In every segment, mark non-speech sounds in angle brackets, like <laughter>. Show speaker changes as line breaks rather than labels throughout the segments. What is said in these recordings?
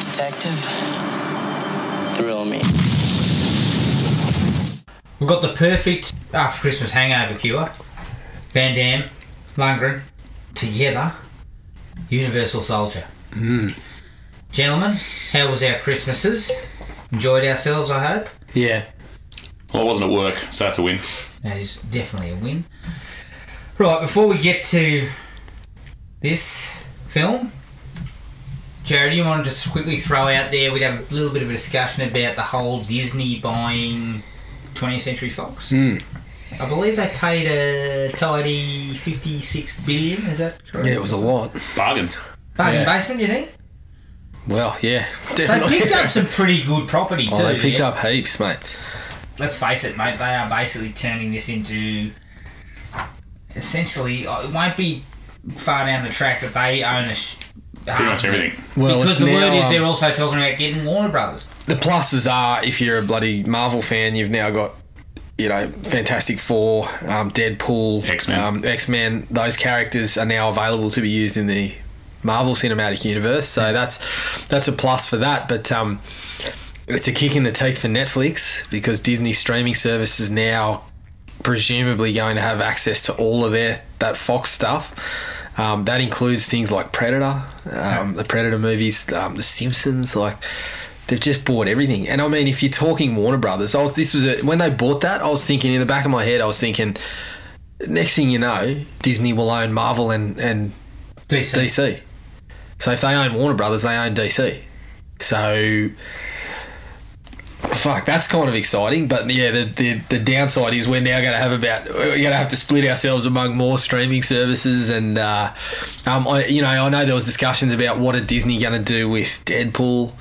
detective. Thrill me.
We've got the perfect after Christmas hangover cure. Van Damme, Lundgren, together, Universal Soldier. Gentlemen, how was our Christmases? Enjoyed ourselves, I hope.
Yeah.
Well, I wasn't at work, so that's a win.
That is definitely a win. Right, before we get to this film, Jared, you want to just quickly throw out there, we'd have a little bit of a discussion about the whole Disney buying 20th Century Fox.
Hmm.
I believe they paid a tidy 56 billion, is that correct?
Yeah, it was a lot.
Bargain.
Bargain
yeah.
basement, you think?
Well, yeah, <laughs>
They
definitely.
picked up some pretty good property too.
<laughs> Oh, they picked
yeah.
up heaps, mate.
let's face it, mate, they are basically turning this into essentially. uh, It won't be far down the track that they own a. Sh- uh,
Pretty much everything.
Well,
because
it's
the
now,
word is
um,
they're also talking about getting Warner Brothers.
the pluses are if you're a bloody Marvel fan, you've now got you know Fantastic Four, um, Deadpool,
X-Men.
um, X Men. Those characters are now available to be used in the Marvel Cinematic Universe, so that's that's a plus for that. But um, it's a kick in the teeth for Netflix because Disney streaming service is now presumably going to have access to all of their that Fox stuff. Um, that includes things like Predator, um, the Predator movies, um, the Simpsons. Like they've just bought everything. And I mean, if you're talking Warner Brothers, I was this was a, when they bought that. I was thinking in the back of my head, I was thinking. Next thing you know, Disney will own Marvel and, and
DC.
DC. So if they own Warner Brothers, they own DC. So fuck, that's kind of exciting. But yeah, the the, the downside is we're now going to have about we're going to have to split ourselves among more streaming services. And uh, um, I, you know, I know there was discussions about what are Disney going to do with Deadpool,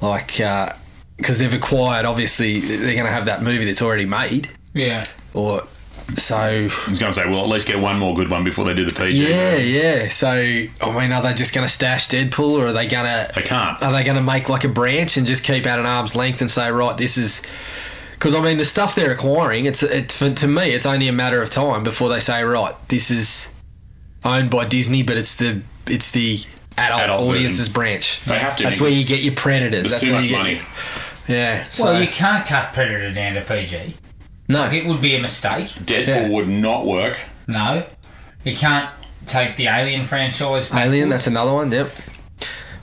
like. Uh, because they've acquired, obviously, they're going to have that movie that's already made,
Yeah.
or so
I was going to say, well, at least get one more good one before they do the PG.
yeah, yeah. So, I mean, are they just going to stash Deadpool, or are they going to
They can't.
are they going to make like a branch and just keep at an arm's length and say, right, this is because I mean the stuff they're acquiring, it's it's to me, it's only a matter of time before they say, right, this is owned by Disney, but it's the it's the adult,
Adult version.
audiences branch.
They have to.
That's where you get your predators. That's
There's too
where
much
you get-
money.
Yeah. So,
Well, you can't cut Predator down to PG.
no.
It would be a mistake.
Deadpool
Yeah.
would not work.
No, you can't take the Alien franchise. back.
Alien, that's another one. Yep.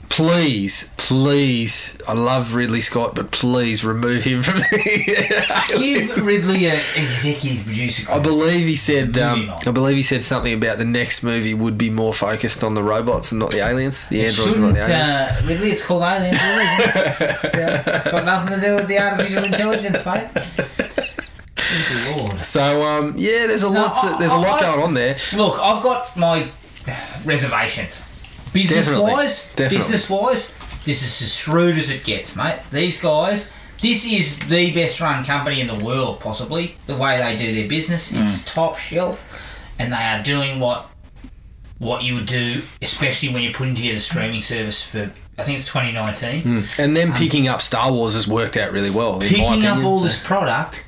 Please, please, I love Ridley Scott, but please remove him from <laughs> the.
Give Ridley an executive producer.
I believe he said.
Maybe
Um,
not.
I believe he said something about the next movie would be more focused on the robots and not the aliens, the androids, and not
Shouldn't
the aliens.
uh, Ridley? It's called Alien. for a reason.
<laughs>
yeah, it's got nothing to do with the artificial intelligence, mate. Good lord.
so um, yeah, there's a lot.
I-
to, there's a
I-
lot going on there.
Look, I've got my reservations. Business
Definitely.
wise,
Definitely.
business wise, this is as shrewd as it gets, mate. These guys, this is the best run company in the world, possibly. The way they do their business,
Mm.
it's top shelf, and they are doing what what you would do, especially when you put into the streaming service for I think it's 2019.
And then picking up Star Wars has worked out really well. in my
Um, picking up
opinion.
all this product,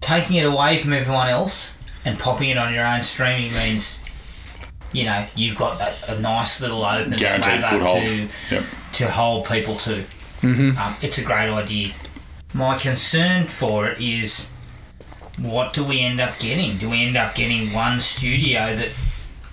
taking it away from everyone else, and popping it on your own streaming means, you know, you've got a, a nice little open
Guaranteed
sliver
foothold.
to
Yep.
to hold people to.
Mm-hmm.
Um, it's a great idea. My concern for it is, what do we end up getting? Do we end up getting one studio that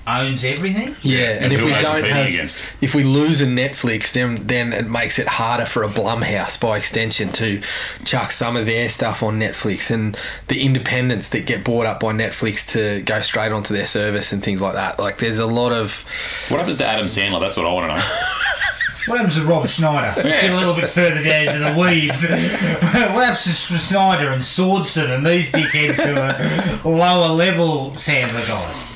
owns everything?
Yeah, and if
Who
we
are they
don't
competing
have,
against?
if we lose a Netflix, then then it makes it harder for a Blumhouse, by extension, to chuck some of their stuff on Netflix and the independents that get bought up by Netflix to go straight onto their service and things like that. Like, there's a lot of
What happens to Adam Sandler? That's what I want
<laughs>
to know.
What happens to Rob Schneider? Let's get a little bit further down to the weeds. <laughs> what happens to Schneider and Swordson and these dickheads who are lower level Sandler guys?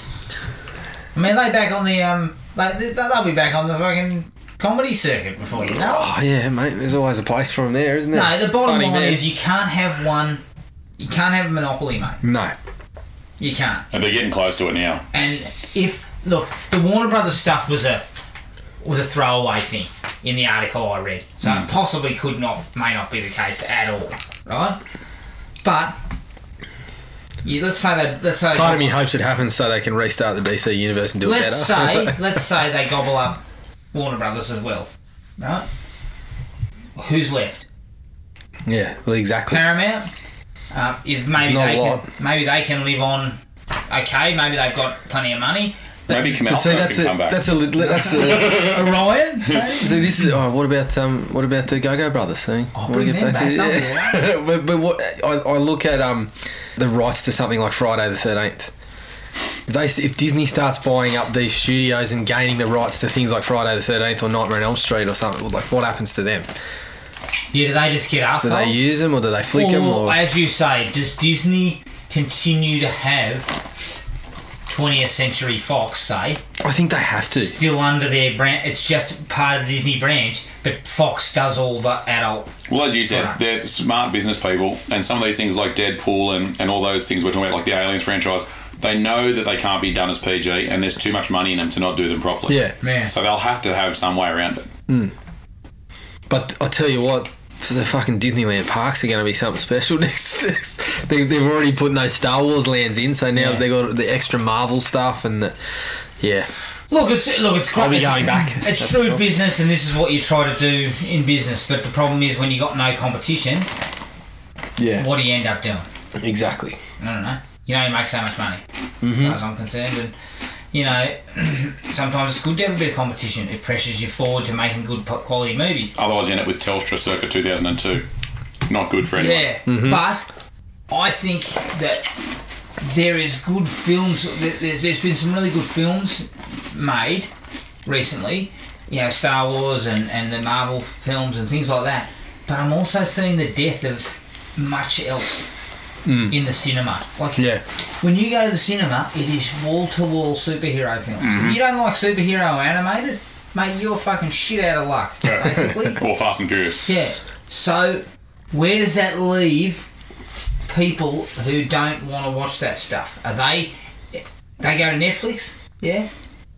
I mean, they back on the um, they, they'll be back on the fucking comedy circuit before you know. it.
oh yeah, mate. There's always a place for them there, isn't there?
No, the bottom
Funny
line
man.
is you can't have one. You can't have a monopoly, mate.
no.
You can't.
and they're getting close to it now.
And if look, the Warner Brothers stuff was a was a throwaway thing in the article I read, so
Hmm.
it possibly could not may not be the case at all, right? But you, let's say they let's say they
Part of me
gobble-
hopes it happens so they can restart the DC universe and do
let's
it better.
say let's say they gobble up Warner Brothers as well. right? Who's left?
<laughs> Yeah, well, exactly.
Paramount. Uh, if maybe
Not a
they can,
lot.
maybe they can live on. Okay, maybe they've got plenty of money.
Maybe Kamal
But see,
can
that's a,
come back.
that's a li- li- that's a.
Uh,
<laughs>
Orion. maybe?
so this is. Oh, what about um? What about the Go Go Brothers thing?
Oh,
Wanna
bring them back, that'll be
<laughs> but, but what I, I look at um, the rights to something like Friday the Thirteenth. If they if Disney starts buying up these studios and gaining the rights to things like Friday the Thirteenth or Nightmare on Elm Street or something, like what happens to them?
yeah, do they just get us?
Do they use them or do they flick them?
Or,
Or
as you say, does Disney continue to have 20th Century Fox, say,
I think they have to.
still under their brand? It's just part of the Disney branch, but Fox does all the adult.
Well, as you
Right.
said, they're smart business people, and some of these things like Deadpool and, and all those things we're talking about, like the Aliens franchise, they know that they can't be done as PG, and there's too much money in them to not do them properly.
Yeah,
Man.
So they'll have to have some way around it.
But I tell you what, for the fucking Disneyland parks are going to be something special <laughs> next. next- they, they've already put no Star Wars lands in, so now
Yeah.
they got the extra Marvel stuff and the, yeah,
Look, it's look, it's
I'll be
it's-
going back.
It's true business, and this is what you try to do in business. But the problem is when you got no competition,
yeah,
what do you end up doing?
exactly.
I don't know. You know, you make so much money,
Mm-hmm.
as far as I'm concerned. And, you know, <clears throat> sometimes it's good to have a bit of competition. It pressures you forward to making good po- quality movies.
Otherwise, you end up with Telstra circa 2002. Not good for anyone.
Yeah. But I think that there is good films, there- there's, there's been some really good films made recently, you know, Star Wars and, and the Marvel films and things like that. But I'm also seeing the death of much else. In the cinema, like
Yeah.
when you go to the cinema, it is wall to wall superhero films. If you don't like superhero animated, mate, you're fucking shit out of luck,
<laughs>
basically.
Or Fast and Furious.
yeah. So, where does that leave people who don't want to watch that stuff? Are they they go to Netflix? Yeah.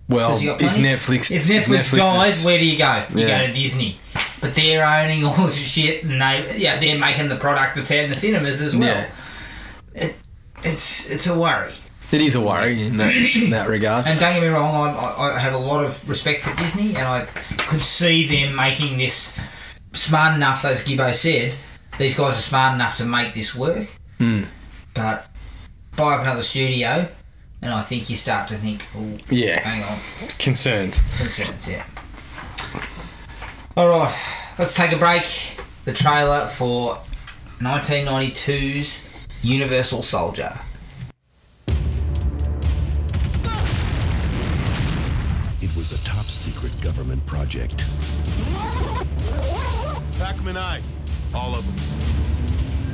Well,
Has
if
he got money?
Netflix,
If Netflix, dies,
is-
where do you go? You
Yeah.
go to Disney. But they're owning <laughs> all this shit, and they yeah they're making the product that's out in the cinemas as well.
Yeah.
It, it's it's a worry.
it is a worry in that, in that
<coughs>
regard.
And don't get me wrong, I, I, I have a lot of respect for Disney, and I could see them making this smart enough, as Gibbo said, these guys are smart enough to make this work. But buy up another studio, and I think you start to think, oh,
yeah,
hang on,
concerns.
concerns, yeah. All right, let's take a break. The trailer for 1992's Universal Soldier.
It was a top secret government project
Pac-Man Ice. All of them.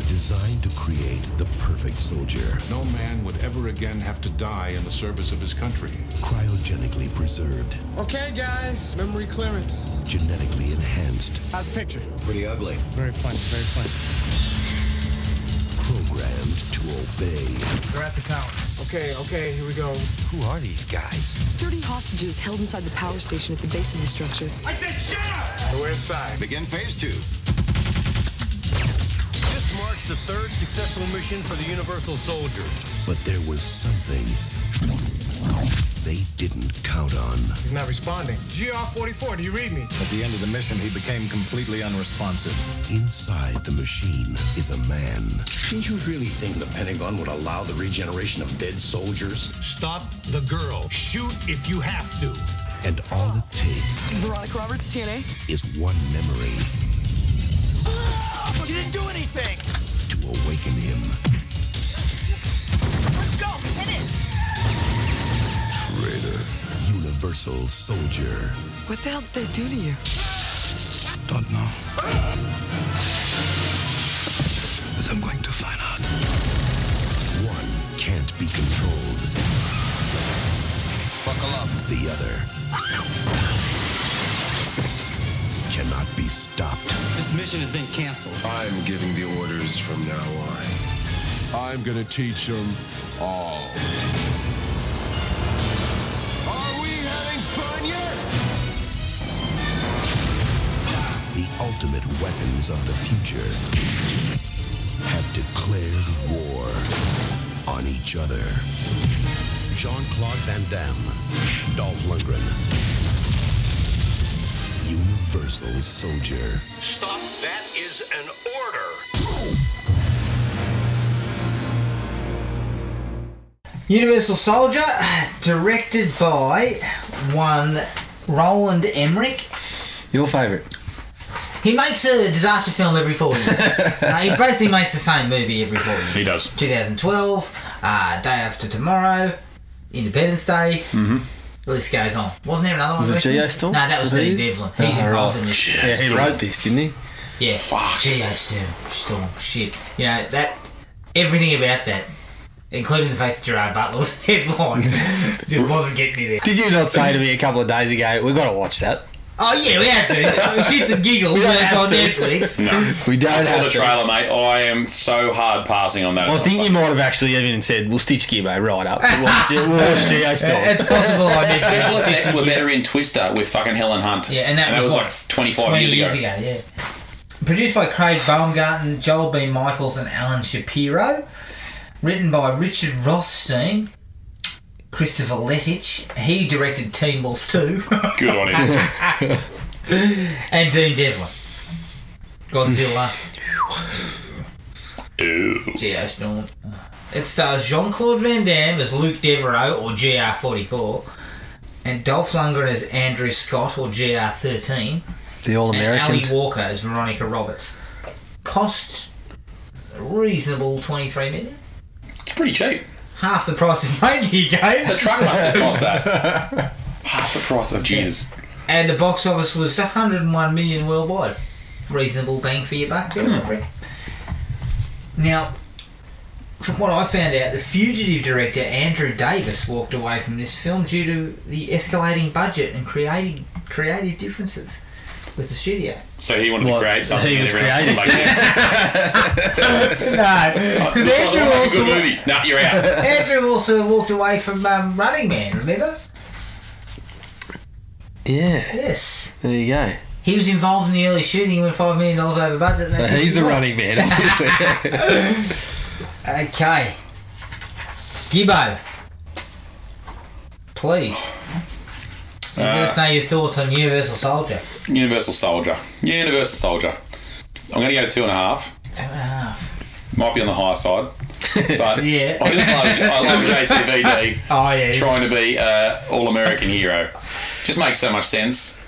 designed to create the perfect soldier,
No man would ever again have to die in the service of his country.
cryogenically preserved,
Okay, guys. Memory clearance.
genetically enhanced,
How's the picture?
Pretty ugly.
Very funny. Very funny.
programmed to obey.
They're at the tower. Okay. Okay. Here we go.
Who are these guys?
30 hostages held inside the power station at the base of the structure.
So we're inside.
Begin phase two. This marks the third successful mission for the Universal Soldier.
But there was something they didn't count on.
He's not responding. GR44. Do you read me?
At the end of the mission, he became completely unresponsive.
Inside the machine is a man
Do you really think the Pentagon would allow the regeneration of dead soldiers?
Stop the girl. Shoot if you have to.
and all it takes
Veronica Roberts, TNA.
is one memory. You didn't do anything! To awaken him. Let's go! Hit it! Traitor. Universal Soldier.
What the hell did they do to you?
Don't know. But I'm going to find out.
One can't be controlled. Buckle up. The other cannot be stopped.
This mission has been canceled.
I'm giving the orders from now on. I'm gonna teach them all. Are we having fun yet?
The ultimate weapons of the future have declared war on each other. Jean-Claude Van Damme, Dolph Lundgren. Universal Soldier.
Stop. That is an order.
Universal Soldier, directed by one Roland Emmerich.
Your favourite.
He makes a disaster film every four
<laughs>
years. Uh, he basically makes the same movie every four years.
He does.
2012, uh, Day After Tomorrow, Independence Day. Mm-hmm. The list goes on. Wasn't there another one?
Was it
recently?
Geostorm?
No, that was
Was
Dean
it?
Devlin. He's
Oh,
involved
right.
in this.
Yeah, he wrote this, didn't he?
Yeah.
Fuck.
Geostorm. Storm. Shit. You know, that. Everything about that, including the fact that Gerard Butler was <laughs>
<laughs>
headline, just wasn't getting me there.
Did you not say to me a couple of days ago, we've got to watch that?
Oh, yeah, we had to. Shits and giggles.
don't
That's
have
on
to.
Netflix.
<laughs> No.
We don't
I saw
have
the
to.
trailer, mate. I am so hard passing on that.
Well, I
It's
think
not
you
fun.
might have actually even said, we'll stitch Gibbo right up. We'll <laughs> watch, Ge- we'll watch Geostorm.
Uh, It's possible I missed it.
<laughs> Special effects were better in Twister with fucking Helen Hunt.
Yeah, and that was what,
like 25 years, ago.
yeah. Produced by Craig Baumgarten, Joel B. Michaels, and Alan Shapiro. Written by Richard Rothstein, Christopher Lettich. He directed Teen Wolf 2,
Good on him.
<laughs> and Dean Devlin. Godzilla,
Ew.
Geostorm. It stars Jean Claude Van Damme as Luke Devereaux, or GR44, and Dolph Lundgren as Andrew Scott, or GR13.
the All
and
American.
Ali Walker as Veronica Roberts. Cost a reasonable twenty three million.
It's pretty cheap.
Half the price of <laughs> Reindeer
The
Game,
truck must have cost that. Half the price of Jesus.
and the box office was 101 million worldwide. Reasonable bang for your buck, there,
Hmm.
I reckon. Now, from what I found out, the fugitive director Andrew Davis walked away from this film due to the escalating budget and creative creative differences with the
<laughs>
studio.
So he wanted
What?
to create something.
He
and
was
everyone else was like, yeah,
no,
<laughs>
because
it's
Andrew
a good
also
movie. Nah, you're out.
Andrew also walked away from um, Running Man, remember?
Yeah,
Yes.
there you go.
He was involved in the early shooting, he went $5 million over budget.
So he's the running man, obviously.
Okay. Gibbo. Please. let us know your thoughts on Universal Soldier.
Universal Soldier. Universal Soldier. I'm going to go two and a half.
Two and a half.
might be on the
<laughs>
high side, but
Yeah.
I just love,
<laughs>
I love JCVD
Oh, yeah.
trying to be uh, all American hero. Just makes so much sense.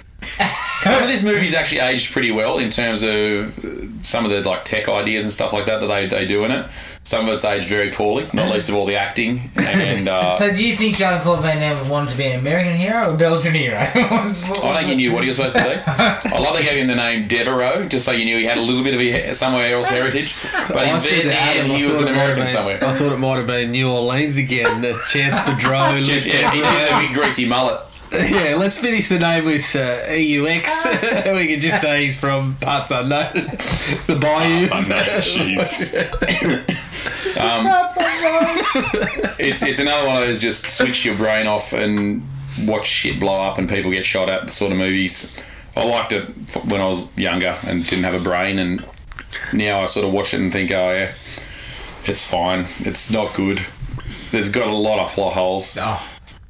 Some of this movie's actually aged pretty well in terms of uh, some of the like tech ideas and stuff like that that they, they do in it. Some of it's aged very poorly, not least of all the acting. And uh,
so, do you think Jean Claude Van Damme wanted to be an American hero or Belgian hero? <laughs>
I think he knew what he was supposed to be. I love they gave him the name Devereaux just so you knew he had a little bit of a, somewhere else heritage. But in
I said to
Vietnam,
Adam, I
he was
thought
an
it might have
American
been-
somewhere.
I thought it might have been New Orleans again. The <laughs> Chance Pedro.
Yeah, he did a big greasy mullet.
Yeah, let's finish the name with uh, EUX. <laughs> we could just say he's from parts unknown. <laughs> the bayous.
I know, jeez. Um, <laughs> It's it's another one of those just switch your brain off and watch shit blow up and people get shot at sort of movies. I liked it f- when I was younger and didn't have a brain, and now I sort of watch it and think, oh yeah, it's fine. It's not good. There's got a lot of plot holes.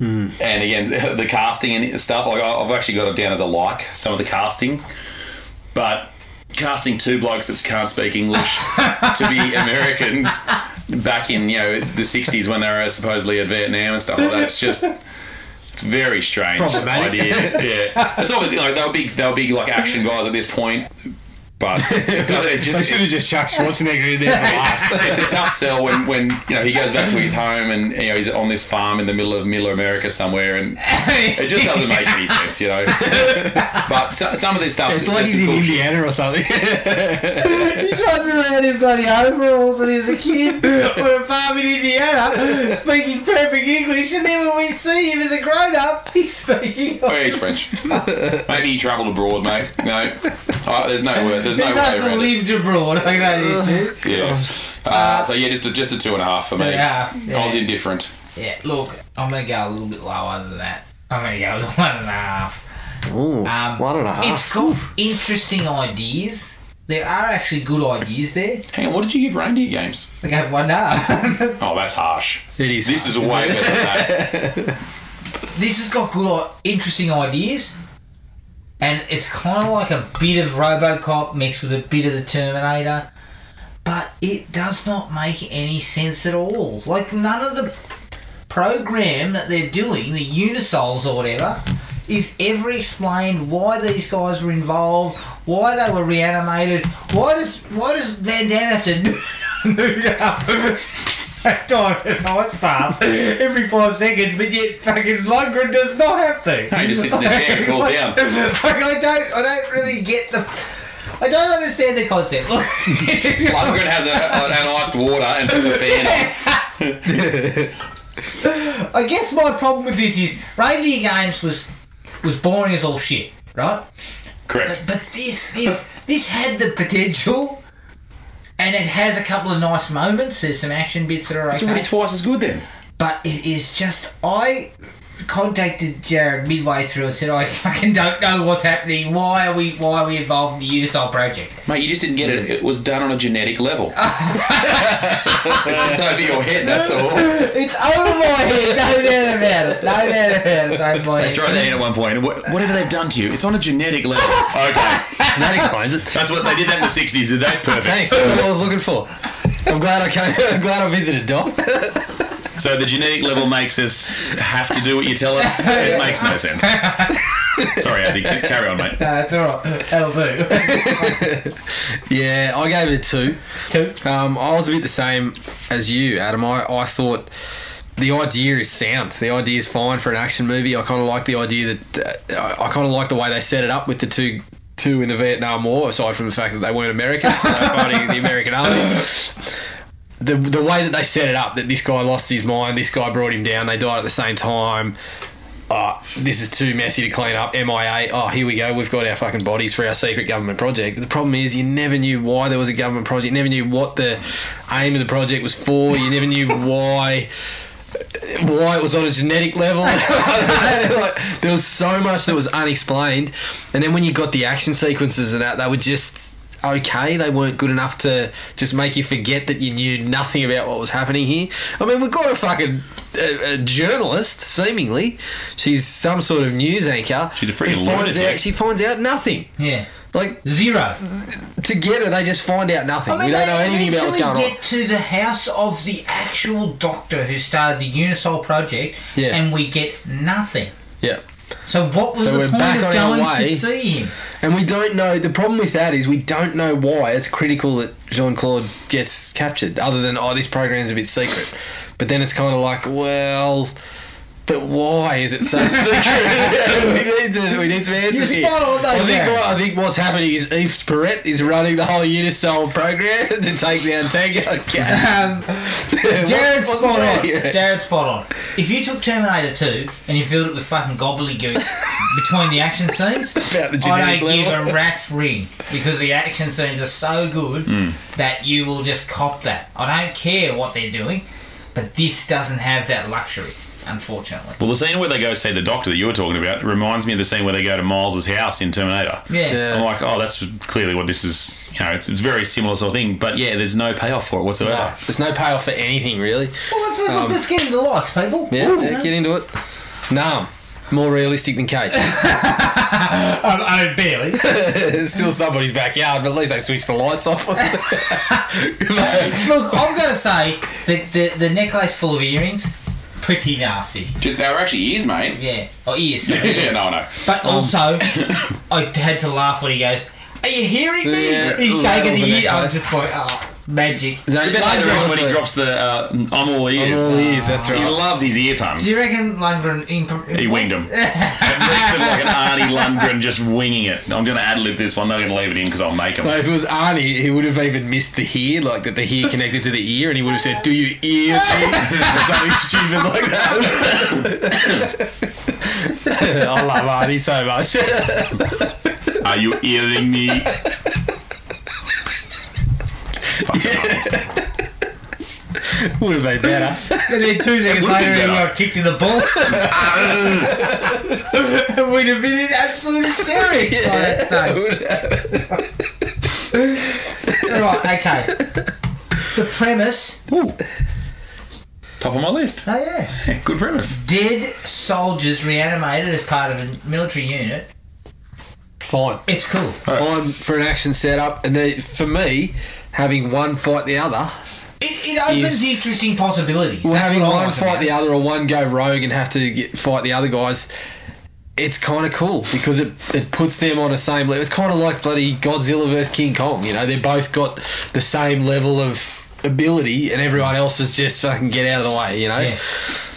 And again, <laughs> the casting and stuff. Like I- I've actually got it down as a like some of the casting, but casting two blokes that can't speak English to
<laughs>
be Americans back in you know the '60s when they were supposedly at Vietnam and stuff like that. It's just it's very strange
Problematic.
idea. Yeah, it's obviously like they were big, they were big like action guys at this point,
<laughs>
but it doesn't- it
They
just
should have just chucked Schwarzenegger in there. <laughs>
it's a tough sell when, when you know he goes back to his home and you know he's on this farm in the middle of middle America somewhere
<laughs>
and it just doesn't make any sense, you know. but so, some of this stuff
It's like he's in Indiana or something.
<laughs> He's running around in bloody overalls when he was a
<laughs>
kid on a farm in Indiana, speaking perfect English, and then when we see him as a grown up, he's speaking.
Oh, yeah, he's French. Maybe he travelled abroad, mate. No, oh, there's no word.
<laughs>
There's
He
no way
must have
around it.
lived abroad. I got this shit.
Yeah. Uh, so yeah, just a, just a two and a half for me.
and a half,
I was
Oh. yeah.
indifferent.
Yeah, look, I'm gonna go a little bit lower than that. I'm gonna go <laughs> with one and a half.
Ooh,
Um,
one and a half.
It's got interesting ideas. There are actually good ideas there.
Hang on, what did you give Reindeer Games?
I go one and a half. <laughs>
Oh, that's harsh.
It is.
This is way better than that.
this has got good, i- interesting ideas. and it's kind of like a bit of RoboCop mixed with a bit of the Terminator, but it does not make any sense at all. Like none of the program that they're doing, the Unisols or whatever, is ever explained why these guys were involved, why they were reanimated, why does why does Van Damme have to <laughs> move up? Time in ice bath every five seconds, but yet fucking Lundgren does not have to.
No, he just sits in the chair and cools
Like-
down.
<laughs> like, I don't, I don't really get the. I don't understand the concept. <laughs>
Lundgren has a, an iced water and puts a fan on.
I guess my problem with this is Radio Games was was boring as all shit, right? But
Correct.
but this this this had the potential, and it has a couple of nice moments. There's some action bits that are
It's
okay,
already twice as good then.
but it is just I contacted Jared midway through and said I fucking don't know what's happening. Why are we why are we involved in the Unisol project?
Mate, you just didn't get it. It was done on a genetic level. <laughs> it's just over your head, that's all.
It's over my <laughs> head, no doubt about it. No doubt about it. It's over my head.
They throw that in at one point. Wha- Whatever they've done to you, it's on a genetic level. Okay.
That explains it.
<laughs> That's what they did that in the 60s, did they? Perfect.
Thanks. That's what I was looking for. I'm glad I came. <laughs> I'm glad I visited, Doc.
So the genetic level makes us have to do what you tell <laughs> us. It makes no sense. Sorry, Andy. Carry on, mate.
No, it's alright. That'll do.
Yeah, I gave it a two.
Two.
Um, I was a bit the same as you, Adam. I, I thought the idea is sound. The idea is fine for an action movie. I kind of like the idea that uh, I, I kind of like the way they set it up with the two two in the Vietnam War. Aside from the fact that they weren't Americans, so they were fighting the American army. The, the way that they set it up, that this guy lost his mind, this guy brought him down, they died at the same time. Oh, this is too messy to clean up. MIA. Oh, here we go. We've got our fucking bodies for our secret government project. The problem is, you never knew why there was a government project. You never knew what the aim of the project was for. You never knew <laughs> why why it was on a genetic level. Like, there was so much that was unexplained. And then when you got the action sequences of that, they were just okay. They weren't good enough to just make you forget that you knew nothing about what was happening here. I mean, we've got a fucking a, a journalist, seemingly. She's some sort of news anchor.
She's a freaking
who finds
lunatic.
out, She finds out nothing.
<laughs> Yeah.
Like,
Zero.
together, they just find out nothing. we don't know anything about
eventually
what's going on.
get to the house of the actual doctor who started the Unisol project,
Yeah.
and we get nothing.
Yeah.
So what was
So
the
we're
point
back
of
on our
going to
way.
see him?
And we don't know. The problem with that is we don't know why it's critical that Jean Claude gets captured, other than, oh, this program's a bit secret. But then it's kind of like, well, but why is it so
<laughs>
secret? <laughs> we, need to, we need some answers
You're spot
here.
on, though,
I think,
Gary.
what, I think what's happening is Yves Perret is running the whole Unisol program <laughs> to take down Tango Cash.
Um,
<laughs> What-
Jared's
what's
spot
that
on.
here?
Jared's spot on. If you took Terminator 2 and you filled it with fucking gobbledygook
<laughs>
between the action scenes,
About the
I
genetic
don't give
level.
a rat's ring because the action scenes are so good
Hmm.
that you will just cop that. I don't care what they're doing, but this doesn't have that luxury, unfortunately.
Well, the scene where they go see the doctor that you were talking about reminds me of the scene where they go to Miles's house in Terminator.
Yeah. Yeah.
I'm like, oh, that's clearly what this is. You know, it's, it's very similar sort of thing. But yeah, there's no payoff for it whatsoever.
No, there's no payoff for anything, really.
Well, let's, let's, let's get into life, people.
Um, Yeah,
Ooh,
yeah,
you know.
get into it. Nam. More realistic than Kate.
Um, I mean, <laughs> barely.
It's <laughs> still somebody's backyard, but at least they switched the lights off. <laughs>
Look, I'm going to say that the, the necklace full of earrings, pretty nasty.
Just they were actually ears, mate.
Yeah. Or ears. sorry.
<laughs> yeah, no, no.
But also, I had to laugh when he goes, "Are you hearing me?"
Yeah,
He's shaking
rattle
the
the
ear. I'm
necklace.
just like, "Oh, magic."
A bit later on when he drops the uh, I'm all ears.
that's
He
right.
loves his ear
Do
pumps.
you reckon Lundgren? In-
He winged him. it makes him like an Arnie Lundgren just winging it. I'm going to ad lib this one. I'm going to leave it in because I'll make him.
Like if it was Arnie, he would have even missed the hear, like that the hear connected to the ear, and he would have said, "Do you <laughs> ear?" something stupid like that. <laughs> I love Arnie so much. <laughs>
Are you earing me? Fucking Arnie.
would have been better.
<laughs> And then two seconds
would be
later, he
better.
got kicked in the ball. <laughs> and we'd have been in absolute hysterics by that stage. All <laughs> right, okay. The premise.
Ooh. Top of my list.
<laughs> Oh yeah.
Good premise.
Dead soldiers reanimated as part of a military unit
fine.
It's cool.
Fine for an action setup, and they, for me, having one fight the other,
It, it opens
Is-
interesting possibilities.
well,
That's
having
what I
one
like
fight
about
the
it.
other, or one go rogue and have to get, fight the other guys. It's kind of cool because it, it puts them on a same level. It's kind of like bloody Godzilla versus King Kong. You know, they both got the same level of ability, and everyone else is just fucking get out of the way. You know,
Yeah.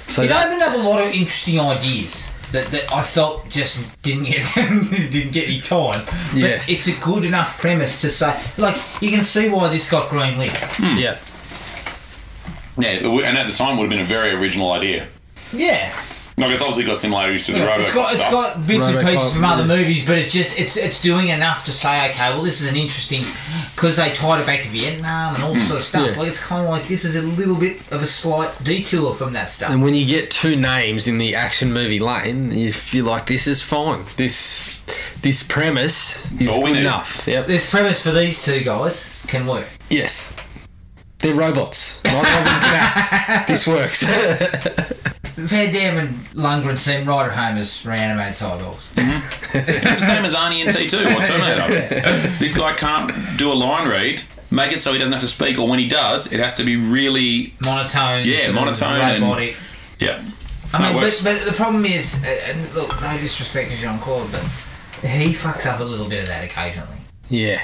so
It
that-
opened up a lot of interesting ideas that, that I felt just didn't get <laughs> didn't get any time. But
Yes.
it's a good enough premise to say, like, you can see why this got greenlit.
yeah,
Yeah, it w- and at the time would have been a very original idea.
Yeah,
Like it's obviously got similarities to the Robocop
it's got it's
stuff.
got bits and
Robocop,
pieces from other
yeah.
movies, but it's just it's it's doing enough to say, okay, well, this is an interesting because they tied it back to Vietnam and all sort of stuff.
Mm. Yeah.
Like, it's kind of like this is a little bit of a slight detour from that stuff.
And when you get two names in the action movie lane, if you're like, this is fine. This this premise is
all we
good
need.
enough. Yep.
this premise for these two guys can work.
Yes. They're robots. Like Robin
<laughs>
Fact. This works.
Van Damme and Lundgren seem right at home as reanimated cyborgs.
It's the same as Arnie in T2 or Terminator. this guy can't do a line read. Make it so he doesn't have to speak, or when he does, it has to be really.
Monotone.
Yeah,
sort of
monotone and-
Robotic.
Yeah.
I mean,
That
but,
works.
but the problem is, uh, and look, no disrespect to Jean Claude, but he fucks up a little bit of that occasionally.
yeah.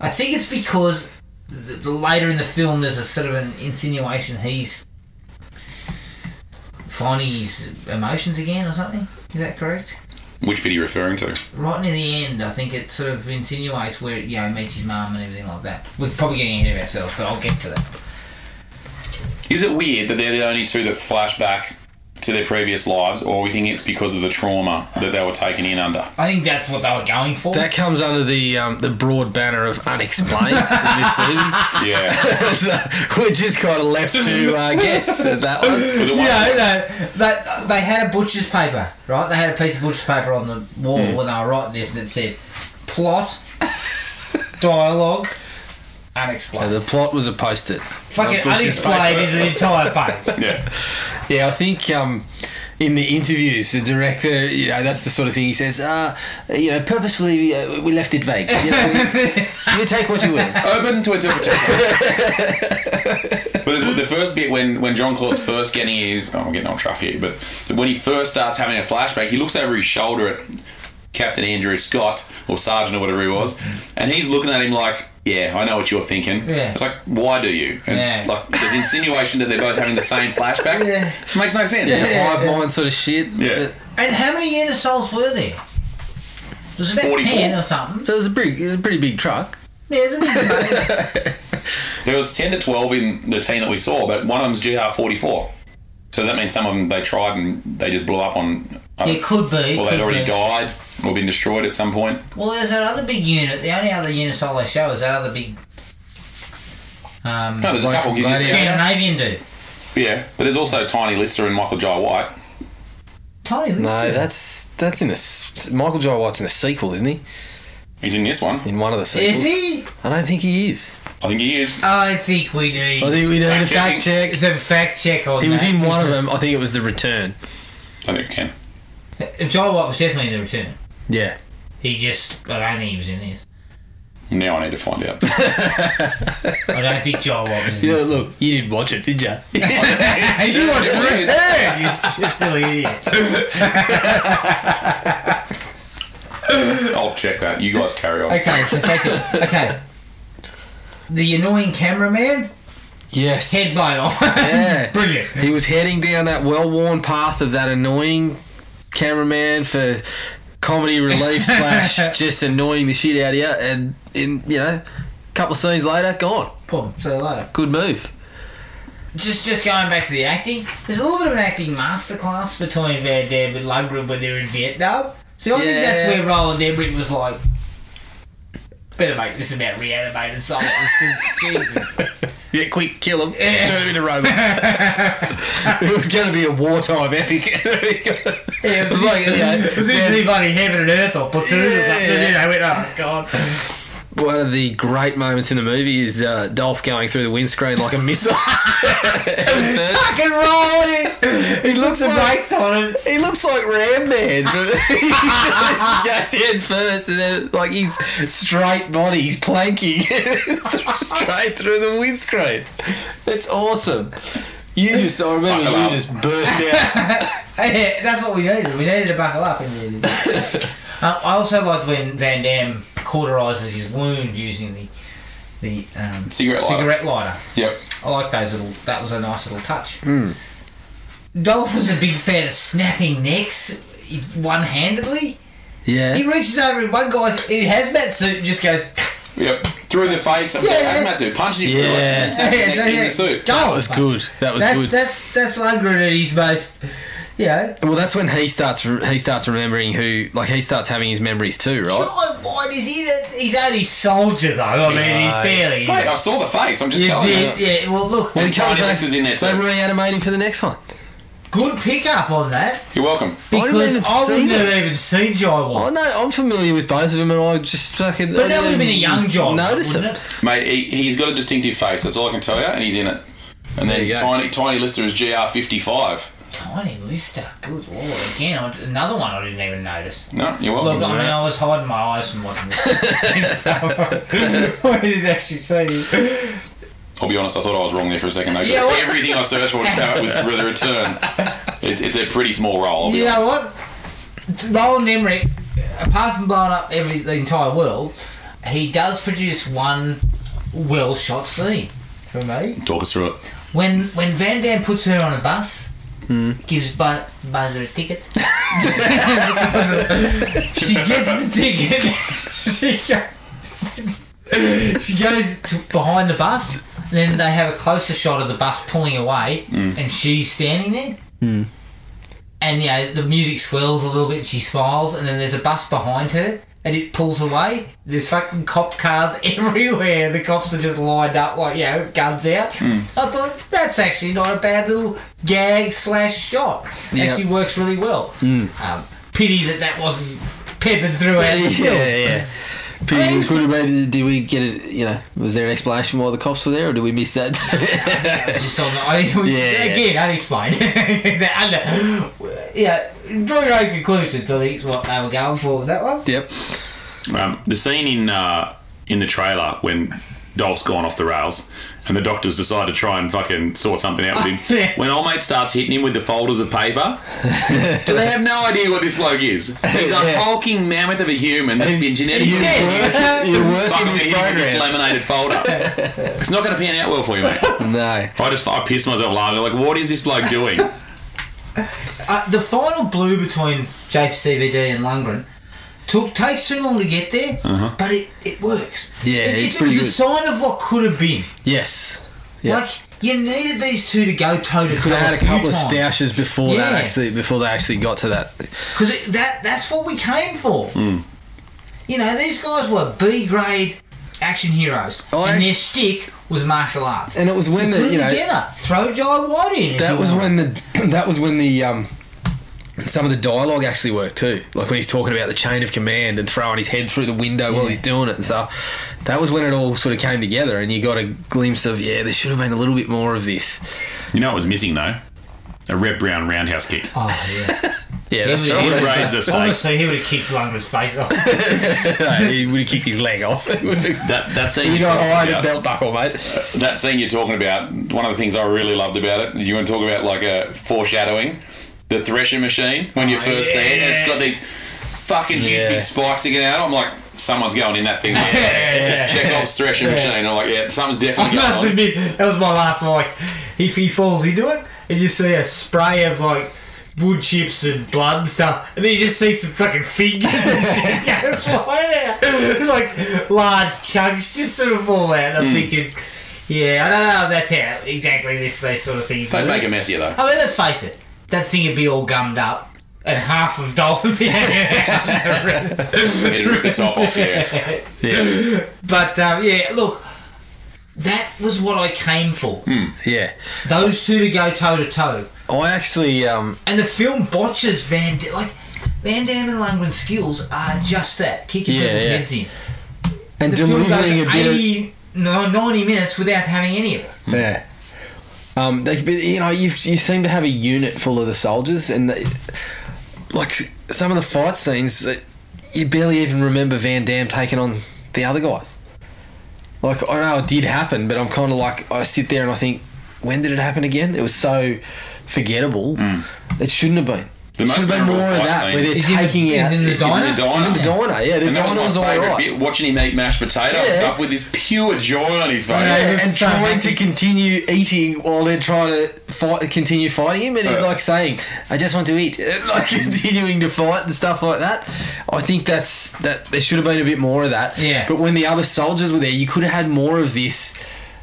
I think it's because the, the later in the film there's a sort of an insinuation he's finding his emotions again or something. Is that correct?
Which bit are you referring to?
Right near the end, I think it sort of insinuates where you know meets his mum and everything like that. We're probably getting ahead of ourselves, but I'll get to that.
Is it weird that they're the only two that flash back to their previous lives, or we think it's because of the trauma that they were taken in under?
I think that's what they were going for.
That comes under the um, the broad banner of <laughs> unexplained in
Yeah.
this movie. so we're just kind of left to uh, guess at that one.
<laughs> Was it
you
one of
know,
the-
they, they, they had a butcher's paper, right? They had a piece of butcher's paper on the wall when they were writing this, and it said plot, dialogue,
Uh,
unexplained.
the plot was a post-it.
Fucking
Not butcher's
unexplained
paper.
is an entire page.
yeah.
Yeah, I think um, in the interviews, the director, you know, that's the sort of thing he says. Uh, you know, purposefully uh, we left it vague. You, <laughs> know, you take what you will.
Open to interpretation. but there's- the first bit when when John Claude's first getting his oh, I'm getting off track here, but when he first starts having a flashback, he looks over his shoulder at Captain Andrew Scott or Sergeant or whatever he was, and he's looking at him like. Yeah, I know what you're thinking.
Yeah.
It's like, why do you? And
Yeah.
like, there's insinuation that they're both having the same flashbacks.
Yeah.
Makes no sense.
Five line sort of shit.
Yeah.
And how many inner souls were there? There was about
44.
ten or something.
It was a big, it was a pretty big truck.
Yeah, there was about-
There was 10 to 12 in the team that we saw, but one of them's GR44. So does that mean some of them they tried and they just blew up on. other-
it could be.
Well, they'd
could
<laughs>
already
be.
died or been destroyed at some point.
Well, there's that other big unit. The only other unit soul they show is that other big um,
No, there's a
Like
couple.
from Gladiator.
Scandinavian dude.
Yeah, but there's also Tiny Lister and Michael Jai White.
Tiny little
No,
dude.
that's that's in the s- Michael J. White's in the sequel, isn't he?
He's in this one.
In one of the sequels.
Is he?
I don't think he is.
I think he is.
I think we need.
I think we need a
Fact
fact check.
It's a fact check on
He was
that,
in one of
because-
them. I think it was the Return.
I think Ken.
<laughs> If Joel White was definitely in the return.
Yeah.
He just. I don't think he was in this.
Now I need to
<laughs>
find out.
I don't think Joel White was in
Yeah.
this.
Look, you didn't watch it, did you?
you are <laughs>
<laughs>
return! You silly idiot.
I'll check that. You guys carry on.
Okay, so fact check. Okay. The annoying cameraman,
yes.
head blown off. <laughs>
Yeah.
Brilliant.
He was heading down that well-worn path of that annoying cameraman for comedy <laughs> relief slash just annoying the shit out of you, and in you know, a couple of scenes later, gone.
Boom, see you later.
Good move.
Just, just going back to the acting, there's a little bit of an acting masterclass between Van Damme and Lundgren when they're in Vietnam. So I think
Yeah.
that's where Roland Emmerich was like, better make this about reanimated souls. 'cause Jesus.
Yeah, quick, kill him. Turn him into robots. <laughs> it was going to be a wartime epic. <laughs>
Yeah,
it was like, you know,
it was usually bloody heaven and earth or platoon or
Yeah,
something.
yeah.
You know, I went, oh god.
one of the great moments in the movie is uh, Dolph going through the windscreen like a missile.
Fucking rolling!
<laughs> he looks
The
like
brakes on him.
he looks like Ram Man. from- <laughs> he <laughs> goes head first, and then like his straight body, he's planking <laughs> straight through the windscreen. That's awesome. You just, I remember
Buckle
you
up.
just burst out.
<laughs> Yeah, that's what we needed. We needed to buckle up and we did. uh, I also liked when Van Damme cauterizes his wound using the the um,
Cigarette lighter.
cigarette lighter.
Yep.
I like those little. That was a nice little touch.
Hmm.
Dolph was a big fan of snapping necks one handedly. He
<laughs> Yeah.
reaches over and one guy in a hazmat suit and just goes. <laughs>
Yep. Through the face. Yeah.
Yeah.
Matsu punches him through
Yeah.
like, and snaps his neck in the suit.
Go
That was good. That was
that's
good.
that's that's Lundgren at his most. You know,
Well, that's when he starts. He starts remembering who, like he starts having his memories too, right?
John White is in it. He's only soldier though. I mean,
Right.
he's barely. in
Mate, I
it.
saw the face. I'm just
You
telling
did,
you.
yeah. Well, look,
And Carney
they-
List is in there
They
too.
reanimate him for the next one.
good pickup on that
You're welcome.
I haven't
because
even
I
seen
wouldn't have
it.
even seen John
I
White.
know I'm familiar with both of them, and I just fucking.
But that would have been a young John.
Notice
wouldn't
him.
it?
Mate, he, he's got a distinctive face. That's all I can tell you, and he's in it. And
There
then
you go.
Tiny Tiny Lister is GR55.
Tiny Lister. Good lord. Again, I, another one I didn't even notice.
No, you're welcome.
Look, I mean, I was hiding my eyes from watching this.
<laughs>
so <laughs> I didn't actually see it.
I'll be honest, I thought I was wrong there for a second. Though, 'cause
Yeah, what-
everything I searched for came up with with a return. It, it's a pretty small role. I'll be
You
honest.
know what? Roland Emmerich, apart from blowing up every the entire world, he does produce one well shot scene for me.
Talk us through it.
When when Van Damme puts her on a bus, gives Bu- Buzzer a ticket. <laughs> she gets the ticket. <laughs> she, go- she goes to behind the bus. And then they have a closer shot of the bus pulling away, and she's standing there and you know the music swells a little bit. She smiles, and then there's a bus behind her, and it pulls away. There's fucking cop cars <laughs> everywhere. The cops are just lined up, like you know, with guns out. I thought that's actually not a bad little gag slash shot. Actually works really well. Um, pity that that wasn't peppered throughout
<laughs>
the film.
Yeah, yeah. People could have made. Did we get it? You know, was there an explanation why the cops were there, or did we miss that? <laughs>
It's just on the, I, <laughs> we,
Yeah, yeah.
again <laughs> unexplained. The under- uh, yeah, draw your own conclusions. I think is what they were going for with that one.
yep.
Um, the scene in uh, in the trailer when Dolph's gone off the rails and the doctors decide to try and fucking sort something out with him.
Yeah.
When old mate starts hitting him with the folders of paper, do they have no idea what this bloke is? He's a
Yeah.
hulking mammoth of a human that's been genetically
You're
<laughs>
working, you're working
fucking
this
hit him with this
program.
laminated folder. it's not going to pan out well for you, mate.
No.
I just I pissed myself laughing. Like, what is this bloke doing?
Uh, the final blue between JCVD and Lundgren took takes too long to get there, but it, it works.
Uh-huh. Yeah,
it,
it's
it
pretty
was
good.
a sign of what could have been.
Yes. Yeah.
Like you needed these two to go toe to toe.
could have had a couple of stashes before that
Yeah.
actually. Before they actually got to that.
because that that's what we came for.
Mm.
You know, these guys were B grade action heroes,
Oh,
and
actu-
their stick was martial arts.
And it was when
Put
the you
them
know
together, throw Jai White in. if
that
you
was
want.
when the <clears throat> that was when the um some of the dialogue actually worked too. Like when he's talking about the chain of command and throwing his head through the window while he's doing it and stuff. That was when it all sort of came together and you got a glimpse of yeah, there should have been a little bit more of this.
You know what was missing though? A red brown roundhouse kick.
Oh yeah,
Yeah, that's
Yeah,
right. <laughs>
we-
Would have raised the stakes.
honestly, he would have kicked Lundgren's face off.
he would have kicked his leg off. <laughs> You're
That that scene you're
not
talking
high the
about-
belt buckle, mate.
that scene you're talking about, one of the things I really loved about it, you want to talk about like a foreshadowing, the threshing machine when you first see it, and it's got these fucking huge
Yeah.
big spikes sticking out. I'm like, someone's going in that thing. Yeah, it's Chekhov's threshing machine. I'm like, yeah, something's
<laughs> I
definitely
must
going on.
admit, that was my last like. If he falls into it, and you see a spray of like wood chips and blood and stuff, and then you just see some fucking fingers and go <laughs> flying out, like large chunks just sort of fall out. And I'm thinking, yeah, I don't know if that's how exactly this they sort of thing.
They'd make it messier though.
I mean, let's face it, that thing would be all gummed up, and half of dolphin would be <laughs> hanging out.
It'd rip the top off. Yeah,
But um, yeah, look. That was what I came for.
Hmm. Yeah.
Those two to go toe to toe.
I actually um
And the film botches Van D- like Van Damme and Lundgren's skills are just that kicking
Yeah,
people's
yeah.
heads in.
And
the film goes
delivering a bit of-
80, no, 90 minutes without having any of it.
Yeah. Um, they, but, you know, you you seem to have a unit full of the soldiers, and they, like some of the fight scenes, that you barely even remember Van Damme taking on the other guys. Like I know it did happen, but I'm kind of like I sit there and I think, when did it happen again? It was so forgettable. It shouldn't have been.
Hmm. The
It
most
should have been more
memorable
of
fight
that,
scene
where they're
Is in the-
taking
is
out
in the diner?
It's in the diner.
In the diner, yeah, the
and that
diner
was
was
my
all
favourite
right.
bit, watching him eat mashed potato and
Yeah.
stuff with this pure joy on his face.
Yeah.
and
it's so
trying to
happy.
continue eating while they're trying to fight, continue fighting him, and he's
Yeah. Mm.
like saying, "I just want to eat," <laughs> like continuing to fight and stuff like that. I think that's that. There should have been a bit more of that.
Yeah.
But when the other soldiers were there, you could have had more of this.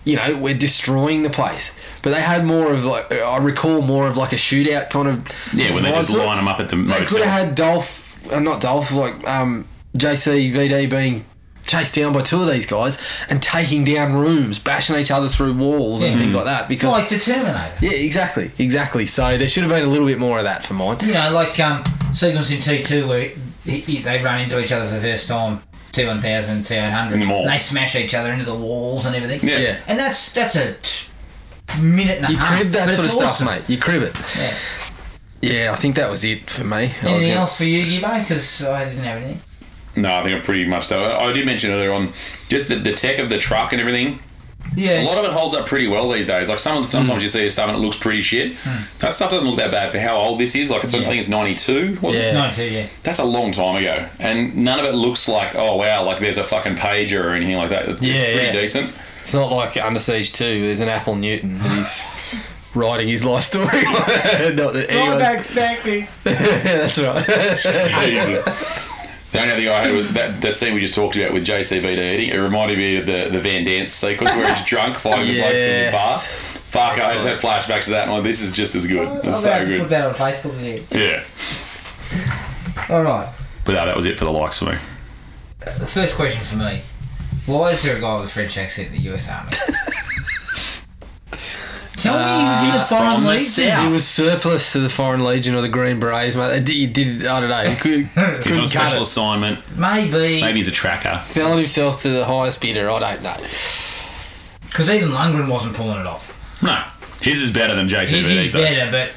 You know, we're destroying the place, but they had more of like I recall more of like a shootout kind of.
Yeah, when they
vibe
just
to it.
line him up at the
They could
motel.
have had Dolph, uh, not Dolph, like um, JCVD being chased down by two of these guys and taking down rooms, bashing each other through walls and
Yeah. Mm.
things like that. Because
Like the Terminator.
yeah, exactly, exactly. So there should have been a little bit more of that for mine.
You know, like um, sequence in T2 where he, he, they run into each other for the first time, T1000, T800.
In the mall.
And they smash each other into the walls and everything.
Yeah.
Yeah.
And that's that's a t- minute and a
You
half.
crib
Uh-huh.
that
but
sort of
it's awesome.
stuff, mate. You crib it.
Yeah.
Yeah, I think that was it for me. I was
Anything
gonna-
else for you, Gibbo? Because I didn't have anything.
No, I think I'm pretty much done. I I did mention earlier on just the, the tech of the truck and everything.
Yeah.
A lot of it holds up pretty well these days. Like some
Mm.
sometimes you see stuff and it looks pretty shit. That stuff doesn't look that bad for how old this is. Like it's, I think it's 92, wasn't it?
Yeah.
92, yeah.
That's a long time ago, and none of it looks like oh wow, like there's a fucking pager or anything like that. It's
Yeah,
pretty
yeah.
decent.
It's not like Under Siege Two. There's an Apple Newton. and
<laughs>
He's writing his life story. <laughs> not that
Oh,
anyone.
tactics.
that's right.
<laughs> the only other thing I had was that, that scene we just talked about with JCVD eating. It reminded me of the, the Van Dance sequence where
<laughs>
he's drunk fighting the blokes in the
Yes.
bar. Fuck, I just had flashbacks to that. and I'm like, this is just as good.
I'm about
It's so
Oh, to put
good.
that on Facebook again.
Yeah.
All right.
But no, that was it for the likes for me.
The first question for me Why is there a guy with a French accent in the US
<laughs>
Army? Tell me he was in the
Uh,
Foreign
from the
Legion.
It was surplus to the Foreign Legion or the Green Berets, mate. They did- You did, I don't know. He
<laughs>
could,
He's on
couldn't
a
cut
special
it.
assignment.
Maybe.
Maybe he's a tracker.
Selling himself to the highest bidder, I don't know.
Because even Lundgren wasn't pulling it off.
No. His is better than JCVD.
His is
so-
better, but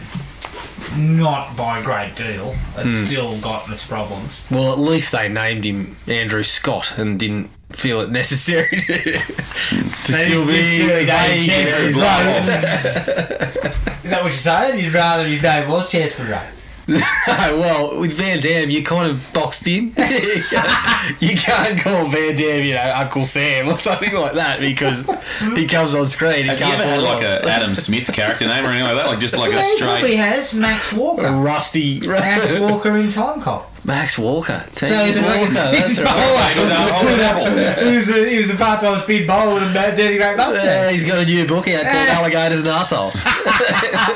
not by a great deal. It's
Hmm.
still got its problems.
Well, at least they named him Andrew Scott and didn't feel it necessary <laughs> to, to still be
necessarily
they-
named him
his
Andrew
name.
Is that what you're saying? You'd rather his name was Chesper Ray.
No, <laughs> well, with Van Damme, you're kind of boxed in. <laughs> you can't call Van Damme, you know, Uncle Sam or <laughs> something like that because he comes on screen.
Has he
can't
ever had
pull it
like
off.
<laughs>
a Adam Smith character name or anything like that? Like just like a
he probably
straight.
has Max Walker.
rusty
<laughs>
<laughs>
Max Walker in Time Cop.
Max Walker.
he's
Team
a fucking
<laughs>
Walker, that's
speed
right.
Mate, it was our old apple.
he, was a, he was a part-time speed bowler with a ma- dirty great
Uh, <laughs>
mustache.
he's got a new book out
Eh.
called Alligators and Assholes.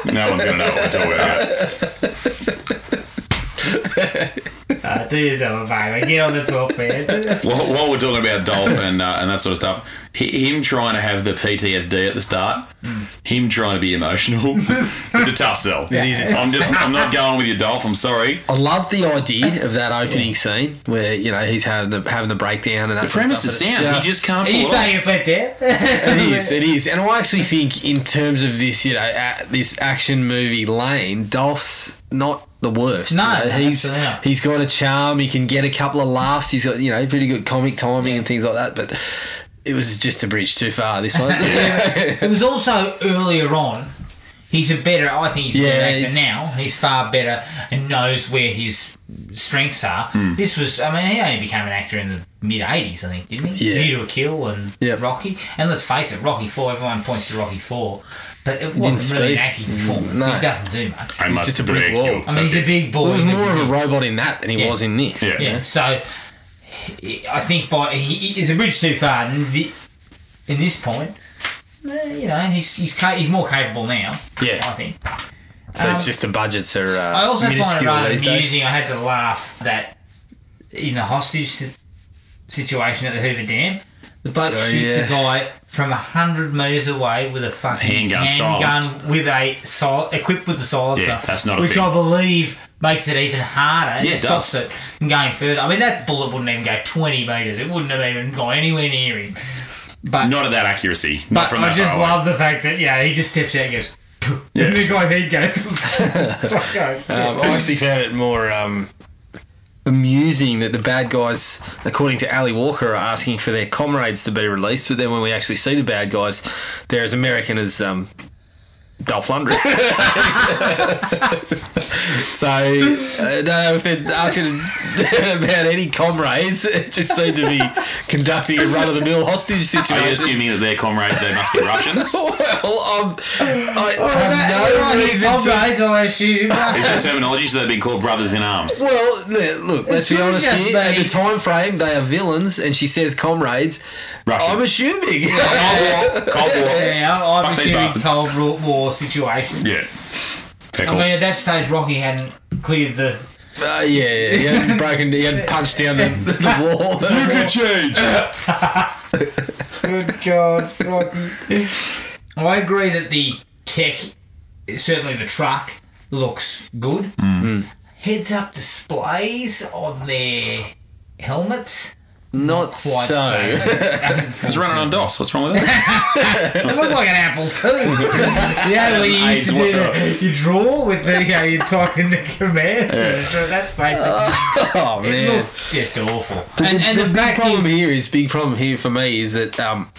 No one's gonna know what we're talking about.
Uh, do yourself a favour. Get on the 12th man.
While, while we're talking about Dolph and, uh, and that sort of stuff, hi- him trying to have the PTSD at the start, him trying to be emotional, <laughs> it's a tough sell.
It is a tough
I'm just, I'm not going with you, Dolph. I'm sorry.
I love the
<laughs>
idea of that opening scene where you know he's having the having the breakdown and that
The premise is
sort of
sound.
stuff, but
he just can't.
Are you
pull it off.
saying it's like <laughs> that?
it's- <laughs> it is it is, and I actually think in terms of this you know a this action movie lane, Dolph's not the worst.
No,
you know, he's
absolutely not.
he's got a charm. He can get a couple of laughs. He's got you know pretty good comic timing and things like that, but. It was just a bridge too far. This
<laughs>
one, <laughs>
It was also earlier on. He's a better, I think he's a
Yeah,
better actor
he's-
now. He's far better and knows where his strengths are.
Hmm.
This was, I mean, he only became an actor in the mid 80s, I think, didn't he?
Yeah.
View to a Kill and
Yeah.
Rocky. And let's face it, Rocky 4, everyone points to Rocky 4, but it
didn't
wasn't really an
speak.
acting performance.
No.
He doesn't do much.
I must
just a brick
break
wall.
you.
I
I mean,
That's
he's a
it.
big boy.
It was
he's a
more of
big-
a robot in that than he
Yeah.
was in this.
Yeah.
Yeah, so he- I think by he, he is a bridge too far. And the, in this point, eh, you know, he's he's, ca- he's more capable now.
Yeah.
I think.
So
Um,
it's just the budgets are. Uh,
I also find it
minuscule
rather
these days.
amusing. I had to laugh that in the hostage si- situation at the Hoover Dam, the bloke
Oh,
shoots
yeah.
a guy from hundred meters away with a fucking
Handgun
handgun with a sil- equipped with a silencer,
Yeah, that's not a
which
thing.
I believe makes it even harder. It
Yeah, it
stops
does.
it from going further. I mean, that bullet wouldn't even go 20 metres. It wouldn't have even gone anywhere near him. But,
Not at that accuracy. Not
but
from
I
that
just
far away.
love the fact that, yeah, he just steps out and goes, <laughs> and the guy's head
<laughs>
goes, <laughs> fuck off.
Um, I actually found it more um, amusing that the bad guys, according to Ali Walker, are asking for their comrades to be released, but then when we actually see the bad guys, they're as American as um, Dolph Lundgren. so uh, no, if they're asking <laughs> about any comrades, it just seemed to be conducting a run-of-the-mill hostage <laughs>
Are you
situation.
assuming that they're comrades? They must
<laughs>
be Russians.
Well, I'm, I
Oh, That-
have no
that-
reason to
comrades, I assume.
Is that terminology? So they've been called brothers in arms.
Well, le- look, let's be
really
honest
just
here. At
made-
the time frame, they are villains, and she says comrades.
Russian.
I'm assuming. <laughs>
Cold War. Cold War.
<laughs> Yeah, I'm
Fuck these
assuming
bastards.
Cold War- War situation.
Yeah.
I
Pickle.
mean, at that stage, Rocky hadn't cleared the
Uh, yeah, yeah, he hadn't broken, he hadn't punched down <laughs> the, the wall.
change.
Good God, Rocky. I agree that the tech, certainly the truck, looks good.
Hmm.
Heads up displays on their helmets.
<laughs> Not
Quite
so. <laughs>
so.
It's running on DOS. What's wrong with that?
It looked like an apple
<laughs>
too. you know, when you used to
Age
do
whatsoever.
the, you draw with the, you know, you type in the commands. and draw- That's basically.
Oh
it
man.
looked just awful. And, and the,
big
fact
problem
he-
here is big problem here for me is that um,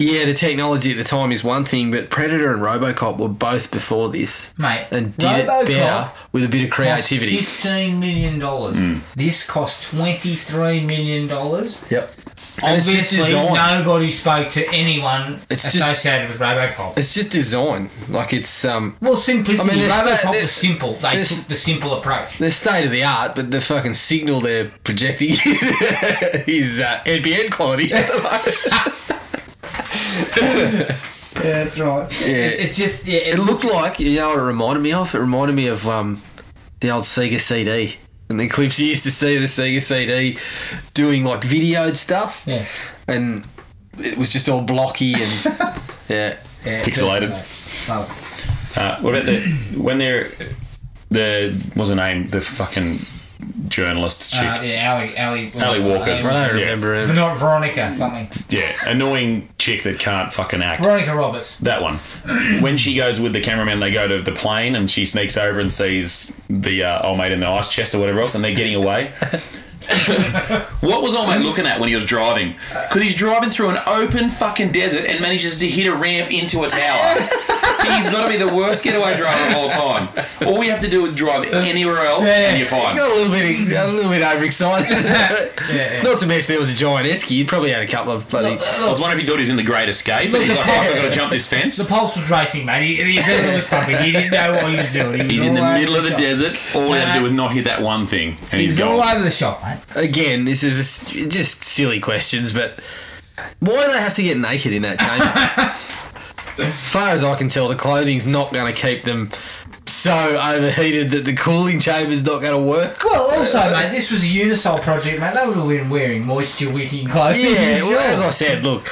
yeah, the technology at the time is one thing, but Predator and RoboCop were both before this,
Mate,
and did
RoboCop
it better with a bit of
cost
creativity. Hmm.
Fifteen million dollars. This cost twenty-three million dollars.
Yep. And it's just
Obviously,
design.
nobody spoke to anyone
It's just-
associated with RoboCop.
It's just design. Like it's um,
Well, simplicity.
I mean, there's-
RoboCop
there-
was simple. They
there's-
took the simple approach.
They're state of the art, but the fucking signal they're projecting <laughs> is uh, NBN <laughs> quality.
Yeah, that's right. It, it's just yeah. It,
it looked like you know what it reminded me of. It reminded me of um, the old Sega CD and the clips you used to see of the Sega CD doing like videoed stuff,
yeah.
and it was just all blocky
<laughs>
and <laughs> yeah.
yeah,
Pixelated.
Oh,
Uh, what about the when they're the what's her name? The fucking journalist chick.
uh, yeah, Ali, Ali,
Ali Walker.
Ali-
I don't
Yeah.
remember it.
not Veronica, something.
yeah, annoying chick that can't fucking act.
Veronica Roberts.
That one. When she goes with the cameraman, they go to the plane and she sneaks over and sees the uh, old mate in the ice chest or whatever else, and they're getting away. what was old mate looking at when he was driving? Because he's driving through an open fucking desert and manages to hit a ramp into a tower. he's got to be the worst getaway driver of all time. All we have to do is drive anywhere else, and you're fine.
Got a little bit, a little bit overexcited.
<laughs> yeah.
Not to mention there was a giant esky. You probably had a couple of bloody.
I was wondering if he thought he was in the Great Escape, but he's like, "Fuck, I've got to jump this fence."
The pulse was racing, mate. He, the adrenaline was pumping. He didn't know what he was doing. He was
He's in the
all over
middle of the
shop.
desert. All he had to do was not hit that one thing, and he's
He's all
gone.
over the shop, mate.
again, this is just- just silly questions, but why do they have to get naked in that chamber?
<laughs>
far as I can tell, the clothing's not going to keep them so overheated that the cooling chamber's not going to work.
Well, also, mate, this was a unisol project, mate. They would have been wearing moisture wicking clothing.
Yeah, well, as I said, look,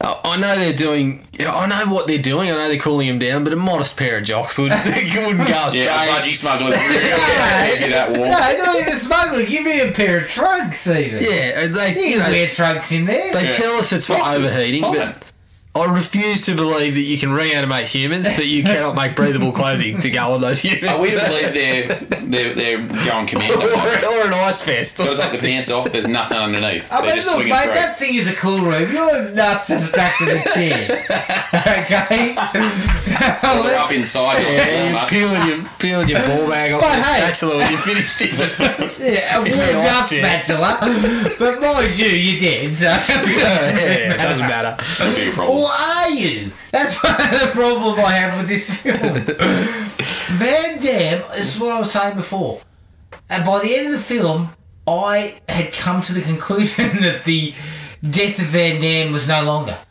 I I know they're doing, I know what they're doing, I know they're cooling them down, but a modest pair of jocks would, <laughs> wouldn't go astray.
<laughs> Yeah, a budgie smuggler. <laughs> Give you that walk.
<laughs> No, not even smuggling. Give me a pair of trunks, even.
Yeah,
You
they, you
can
know,
wear trunks in there.
they
Yeah.
tell us it's for
Boxes,
overheating,
fine.
but I refuse to believe that you can reanimate humans, but you cannot make breathable clothing to go on those humans.
Are we to
<laughs>
believe they're they're they're going <laughs> commando?
or,
mode?
or an ice fest.
Gotta take the pants off. There's nothing underneath.
I
They're
mean,
just
look, mate,
swinging through.
that thing is a cool room. Your nuts is back to the chair. okay? <laughs>
They're up inside.
Yeah, you're peeling your, peeling your ball bag off
But
the
hey-
spatula when you <laughs> finished it.
yeah, a warmed
off
up
chair.
bachelor. But mind you, you're dead, so.
Yeah, it doesn't matter.
That's a bigger problem.
Or are you? That's <laughs> one of the problem I have with this
<laughs>
film. Van Damme is what I was saying before. And by the end of the film, I had come to the conclusion <laughs> that the death of Van Damme was no longer. <laughs>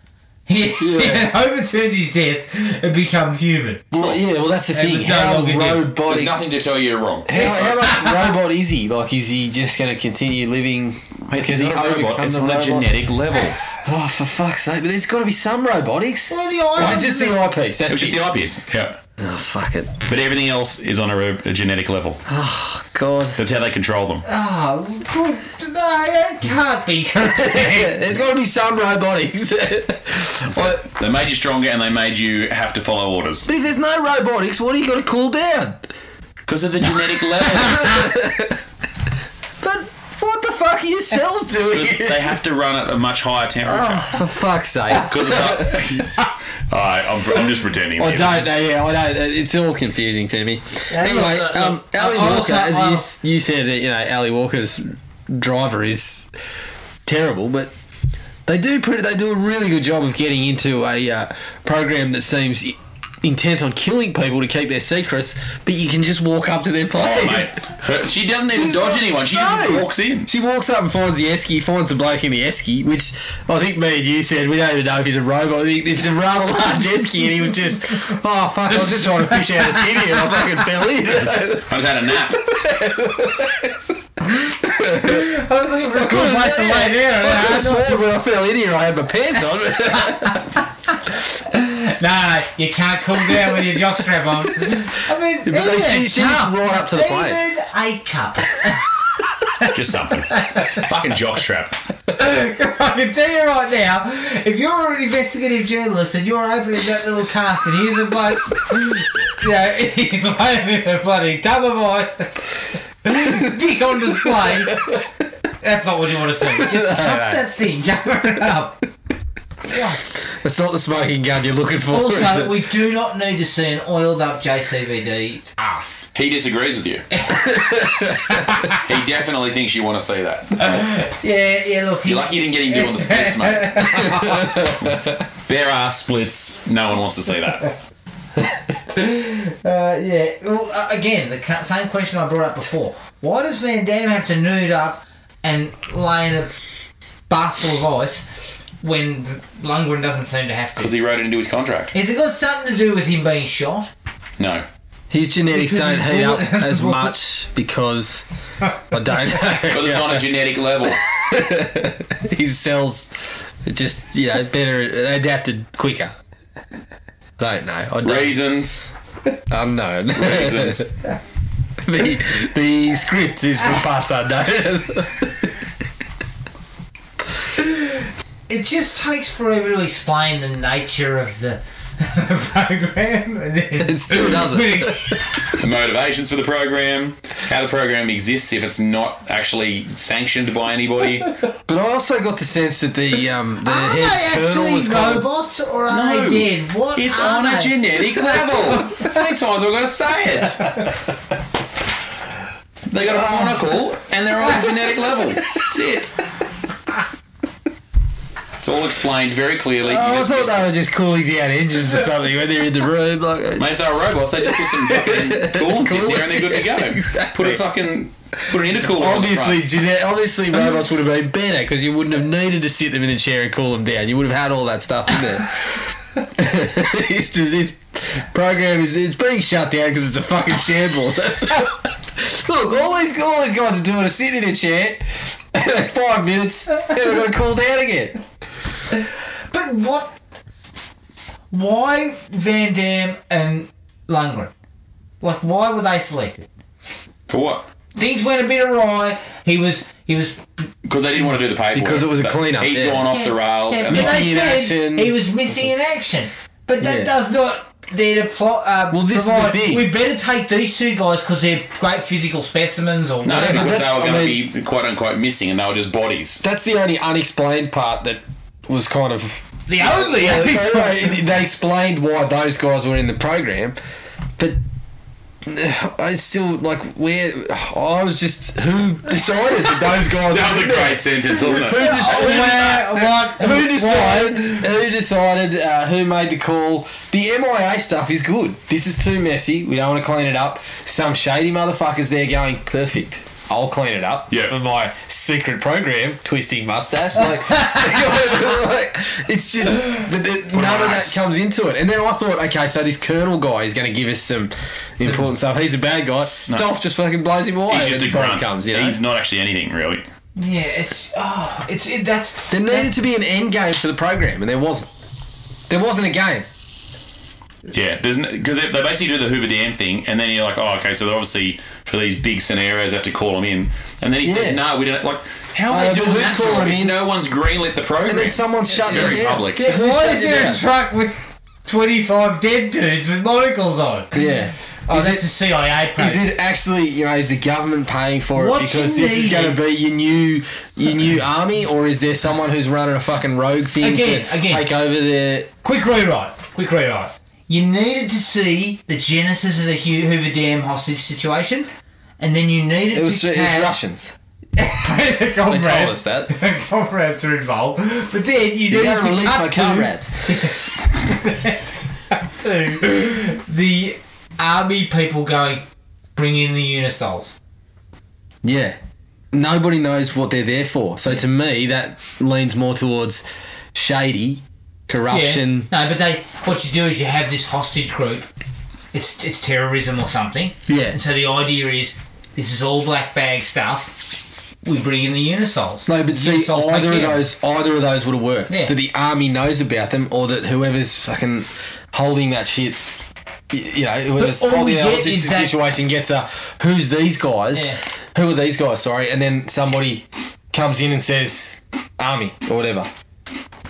He, he had <laughs> overturned his death and become human.
Well, yeah, well, that's the thing.
was no
How
longer him.
There's
robotic. How,
nothing to tell you you're wrong.
how much robot is he? Like, is he just going to continue living?
Because
he
not a robot.
overcome
It's
the
on a
robot?
genetic level.
Oh, for fuck's sake! But there's got to be some robotics.
Well, the
Like,
eye-
just the eyepiece. That's
It was just
it.
the obvious. Yeah.
Oh, fuck it.
But everything else is on a, a genetic level.
God.
That's how they control them.
Oh, good. No, that can't
<laughs>
be correct.
There's got to be some robotics. Well,
They made you stronger and they made you have to follow orders <laughs>
but if there's no robotics, what are you going to cool down?
because of the genetic level.
<laughs> But what the fuck are your cells doing?
'Cause they have to run at a much higher temperature.
For <laughs> fuck's sake.
Because <laughs> all right, I'm, I'm just pretending.
I
here.
don't know, yeah, I don't. uh, It's all confusing to me. anyway,
look, look,
um, uh,
look,
Ali
I- I
Walker,
also-
as you, you said, you know, Ali Walker's driver is terrible, but they do pretty, they do a really good job of getting into a uh, program that seems i- intent on killing people to keep their secrets, but you can just walk up to their place.
Oh, mate. Her- she doesn't even
She's
dodge
not-
anyone. She
no.
just walks in.
She walks up and finds the esky, finds the bloke in the esky, which I think me and you said we don't even know if he's a robot. I think It's a rather large esky, and he was just, oh fuck, I was just trying to fish out a titty, and I fucking fell in.
I just had a nap.
I was
<laughs>
looking for a <laughs> good place to lay down. <laughs>
I could
I
have sworn when I fell in here I had my pants on.
<laughs> No, you can't cool down with your jockstrap on. I mean,
But they- she- she's right up to the plate.
plate. a cup.
<laughs> Just something. Fucking jockstrap.
I can tell you right now, if you're an investigative journalist and you're opening that little cast and he's a bloke, you know, he's waving a bloody tub of ice, dick on display, that's not what you want to see. Just
<laughs>
cut that thing, cover it up.
It's not the smoking gun you're looking for. is
Also,
it?
we do not need to see an oiled up JCVD ass.
He disagrees with you. he definitely thinks you want to see that.
Yeah, yeah, look. he-
You're lucky you didn't get him doing the splits, mate. <laughs> There are splits. No one wants to see that.
Uh, yeah. Well, uh, again, the ca- same question I brought up before. Why does Van Damme have to nude up and lay in a bath full of ice when Lundgren doesn't seem to have
Because
to?
he wrote it into his contract.
Has it got something to do with him being shot?
No.
<laughs>
His genetics
Because
don't
he's
heat up
bald-
as much because I don't know.
Because it's on a genetic <laughs> level.
his cells are just you know better adapted quicker. I don't know. I don't,
Reasons.
unknown.
Reasons.
<laughs> the the script is from parts unknown. <laughs>
It just takes forever to explain the nature of the, <laughs> the program. And then
it still doesn't.
The motivations for the program. How the program exists if it's not actually sanctioned by anybody.
But I also got the sense that the um the
Are they
head colonel
actually
was kind of-
robots or are
No.
they dead? What
It's
are
on a
they?
genetic level. How many times am I going to say it? They got a monocle and they're on a genetic level. That's it. It's all explained very clearly.
Oh, I thought they were just cooling down engines or something when they're in the room. Like,
Mate, if they're robots, they just put
<laughs>
some fucking coolant in there and they're good to go. Put a fucking put an intercooler. on the
Obviously,
front.
genet- obviously, robots would have been better because you wouldn't have needed to sit them in a chair and cool them down. You would have had all that stuff in there. <laughs> this, this program is it's being shut down because it's a fucking shambles. That's <laughs> look. All these all these guys are doing is sitting in a chair. Five minutes, and they're going to cool down again.
But what? Why Van Dam and Lundgren? Like, why were they selected?
for what?
Things went a bit awry. He was, he was,
Because they didn't want to do the paperwork.
Because it was a
But
clean-up,
He'd
yeah.
gone off the rails.
yeah,
and
but they
they-
missing in
said
action.
he was missing in action. But that
Yeah.
does not there to plot. Uh,
Well, this is the
provide,
thing.
We better take these two guys because they're great physical specimens, or
no,
whatever.
because
that's-
they were
I
going to
mean-
be quote unquote missing, and they were
<laughs>
just bodies.
That's the only unexplained part that was kind of
The
<laughs>
only. <laughs>
Yeah, they, they- they explained why those guys were in the program, but uh, I still like where I was just who decided that those guys.
That
were
was a
in there?
great sentence, wasn't
Who
it?
Where, what,
deci- Who decided? Who decided? Uh, who made the call? The MIA stuff is good. This is too messy. We don't want to clean it up. Some shady motherfuckers there going perfect. I'll clean it up
Yeah.
for my secret program, twisting <laughs> mustache. Like, like, it's
<laughs>
just but the- none of that
ice.
comes into it. And then I thought, okay, so this Colonel guy is going to give us some important stuff. He's a bad guy. Dolph just fucking blows him away.
He's
when
just a
the time
grunt.
Comes, you know?
He's not actually anything really.
Yeah, it's oh, it's it, that's
There needed to be an end game for the program, and there wasn't. There wasn't a game.
Yeah, there's because they they basically do the Hoover Dam thing, and then you're like, oh, okay, so they're obviously for these big scenarios they have to call them in, and then he
Yeah.
says, no, we don't. Like, how
Uh,
are they
but
doing
who's
that?
calling
job
them
if
in?
No one's greenlit the program.
And then someone's shutting
very
it down.
public. <laughs>
Yeah, who's
Why is
shutting it
there
down?
a truck with 25 dead dudes with monocles on?
Yeah.
Oh,
Is
that's
it-
a CIA
Is
program.
it actually you know is the government paying for it
What's
because this is
needed?
going to be your new your new army or is there someone who's running a fucking rogue thing
Again,
to
again.
take over their
Quick rewrite. Quick rewrite. You needed to see the genesis of the Hu- Hoover Dam hostage situation, and then you needed
it was,
to
it was
have
Russians
<laughs> the
they
comrades,
told us
<laughs>
that
the comrades are involved, but then you needed
you're going to
to
release my
cut to,
comrades
to the army people going, bring in the unisols.
yeah nobody knows what they're there for so to me that leans more towards shady corruption
Yeah. No, but they what you do is you have this hostage group. It's it's terrorism or something.
Yeah.
And so the idea is this is all black bag stuff. We bring in the unisols.
No, but see,
Unisols take
either of
care it.
those, either of those would have worked.
Yeah.
That the army knows about them, or that whoever's fucking holding that shit, y- you know, whoever's
all we
holding the
get
whole si-
is that-
situation gets a who's these guys?
Yeah.
Who are these guys? Sorry, and then somebody comes in and says army or whatever.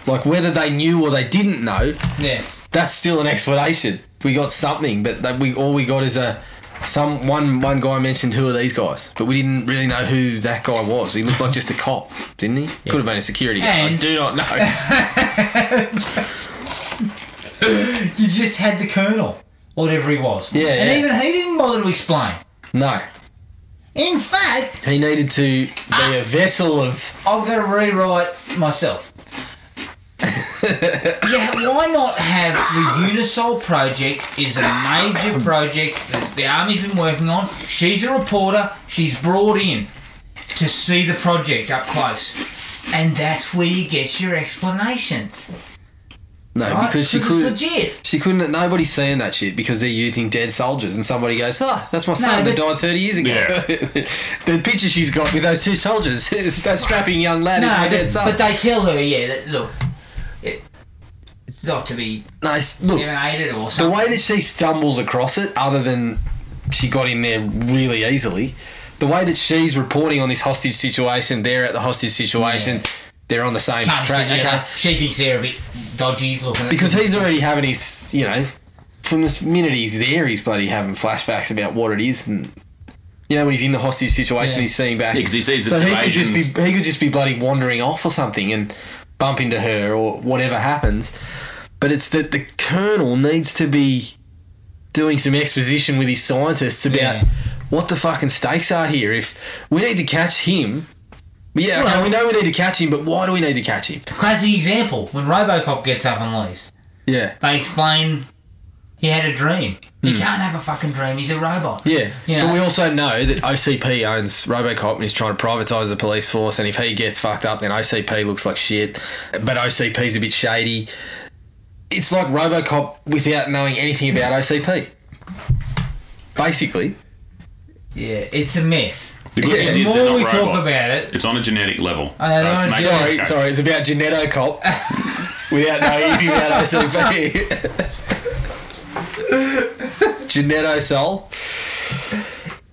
Like whether they knew or they didn't know,
Yeah.
that's still an explanation. We got something, but that we all we got is a some one one guy mentioned who are these guys, but we didn't really know who that guy was. He looked like just a cop, didn't he? Could have been a security guard. I
And-
do not know.
You just had the colonel, or whatever he was.
Yeah,
And
yeah.
even he didn't bother to explain.
no,
In fact,
he needed to be a vessel of.
I'm going to rewrite myself. yeah, why not have the Unisol project is a major project that the army's been working on. She's a reporter. She's brought in to see the project up close. And that's where you get your explanations.
No,
Right?
because she
it's
couldn't.
legit.
She couldn't. Nobody's seeing that shit because they're using dead soldiers, and somebody goes, "Ah, that's my son that
but-
died thirty years ago."
Yeah.
<laughs> the picture she's got with those two soldiers <laughs> is that strapping young lad. is
No,
my dead
but,
son.
but they tell her, yeah, that, look, it, it's not to be
no, it's- look,
eliminated or something.
the way that she stumbles across it, other than she got in there really easily, the way that she's reporting on this hostage situation, they're at the hostage situation, they're on the same
Comes
track.
together.
Okay.
She thinks they're a bit dodgy looking. at
Because
them.
he's already having his, you know, from this minute he's there, he's bloody having flashbacks about what it is and. You know when he's in the hostage situation,
Yeah.
he's seeing back.
Yeah, 'cause he sees the two
he could
agents.
just be he could just be bloody wandering off or something and bump into her or whatever happens. But it's that the colonel needs to be doing some exposition with his scientists about
Yeah.
what the fucking stakes are here. If we need to catch him, yeah, okay,
Well-
we know we need to catch him, but why do we need to catch him?
Classic example when Robocop gets up and leaves,
Yeah,
they explain he had a dream. He can't have a fucking dream. He's a robot.
Hmm. Yeah.
You know?
But we also know that OCP owns Robocop and is trying to privatise the police force. And if he gets fucked up, then OCP looks like shit. But OCP's a bit shady. It's like Robocop without knowing anything about OCP. Basically.
yeah, it's a mess.
<laughs> The good
Yeah.
news is
The
they're
more
not
we talk
robots.
about it-
it's on a genetic level.
I know,
it's
I know,
making
sorry,
it
Sorry,
okay.
sorry. It's about
<laughs>
Geneto Cop without knowing anything about OCP. Geneto Sol.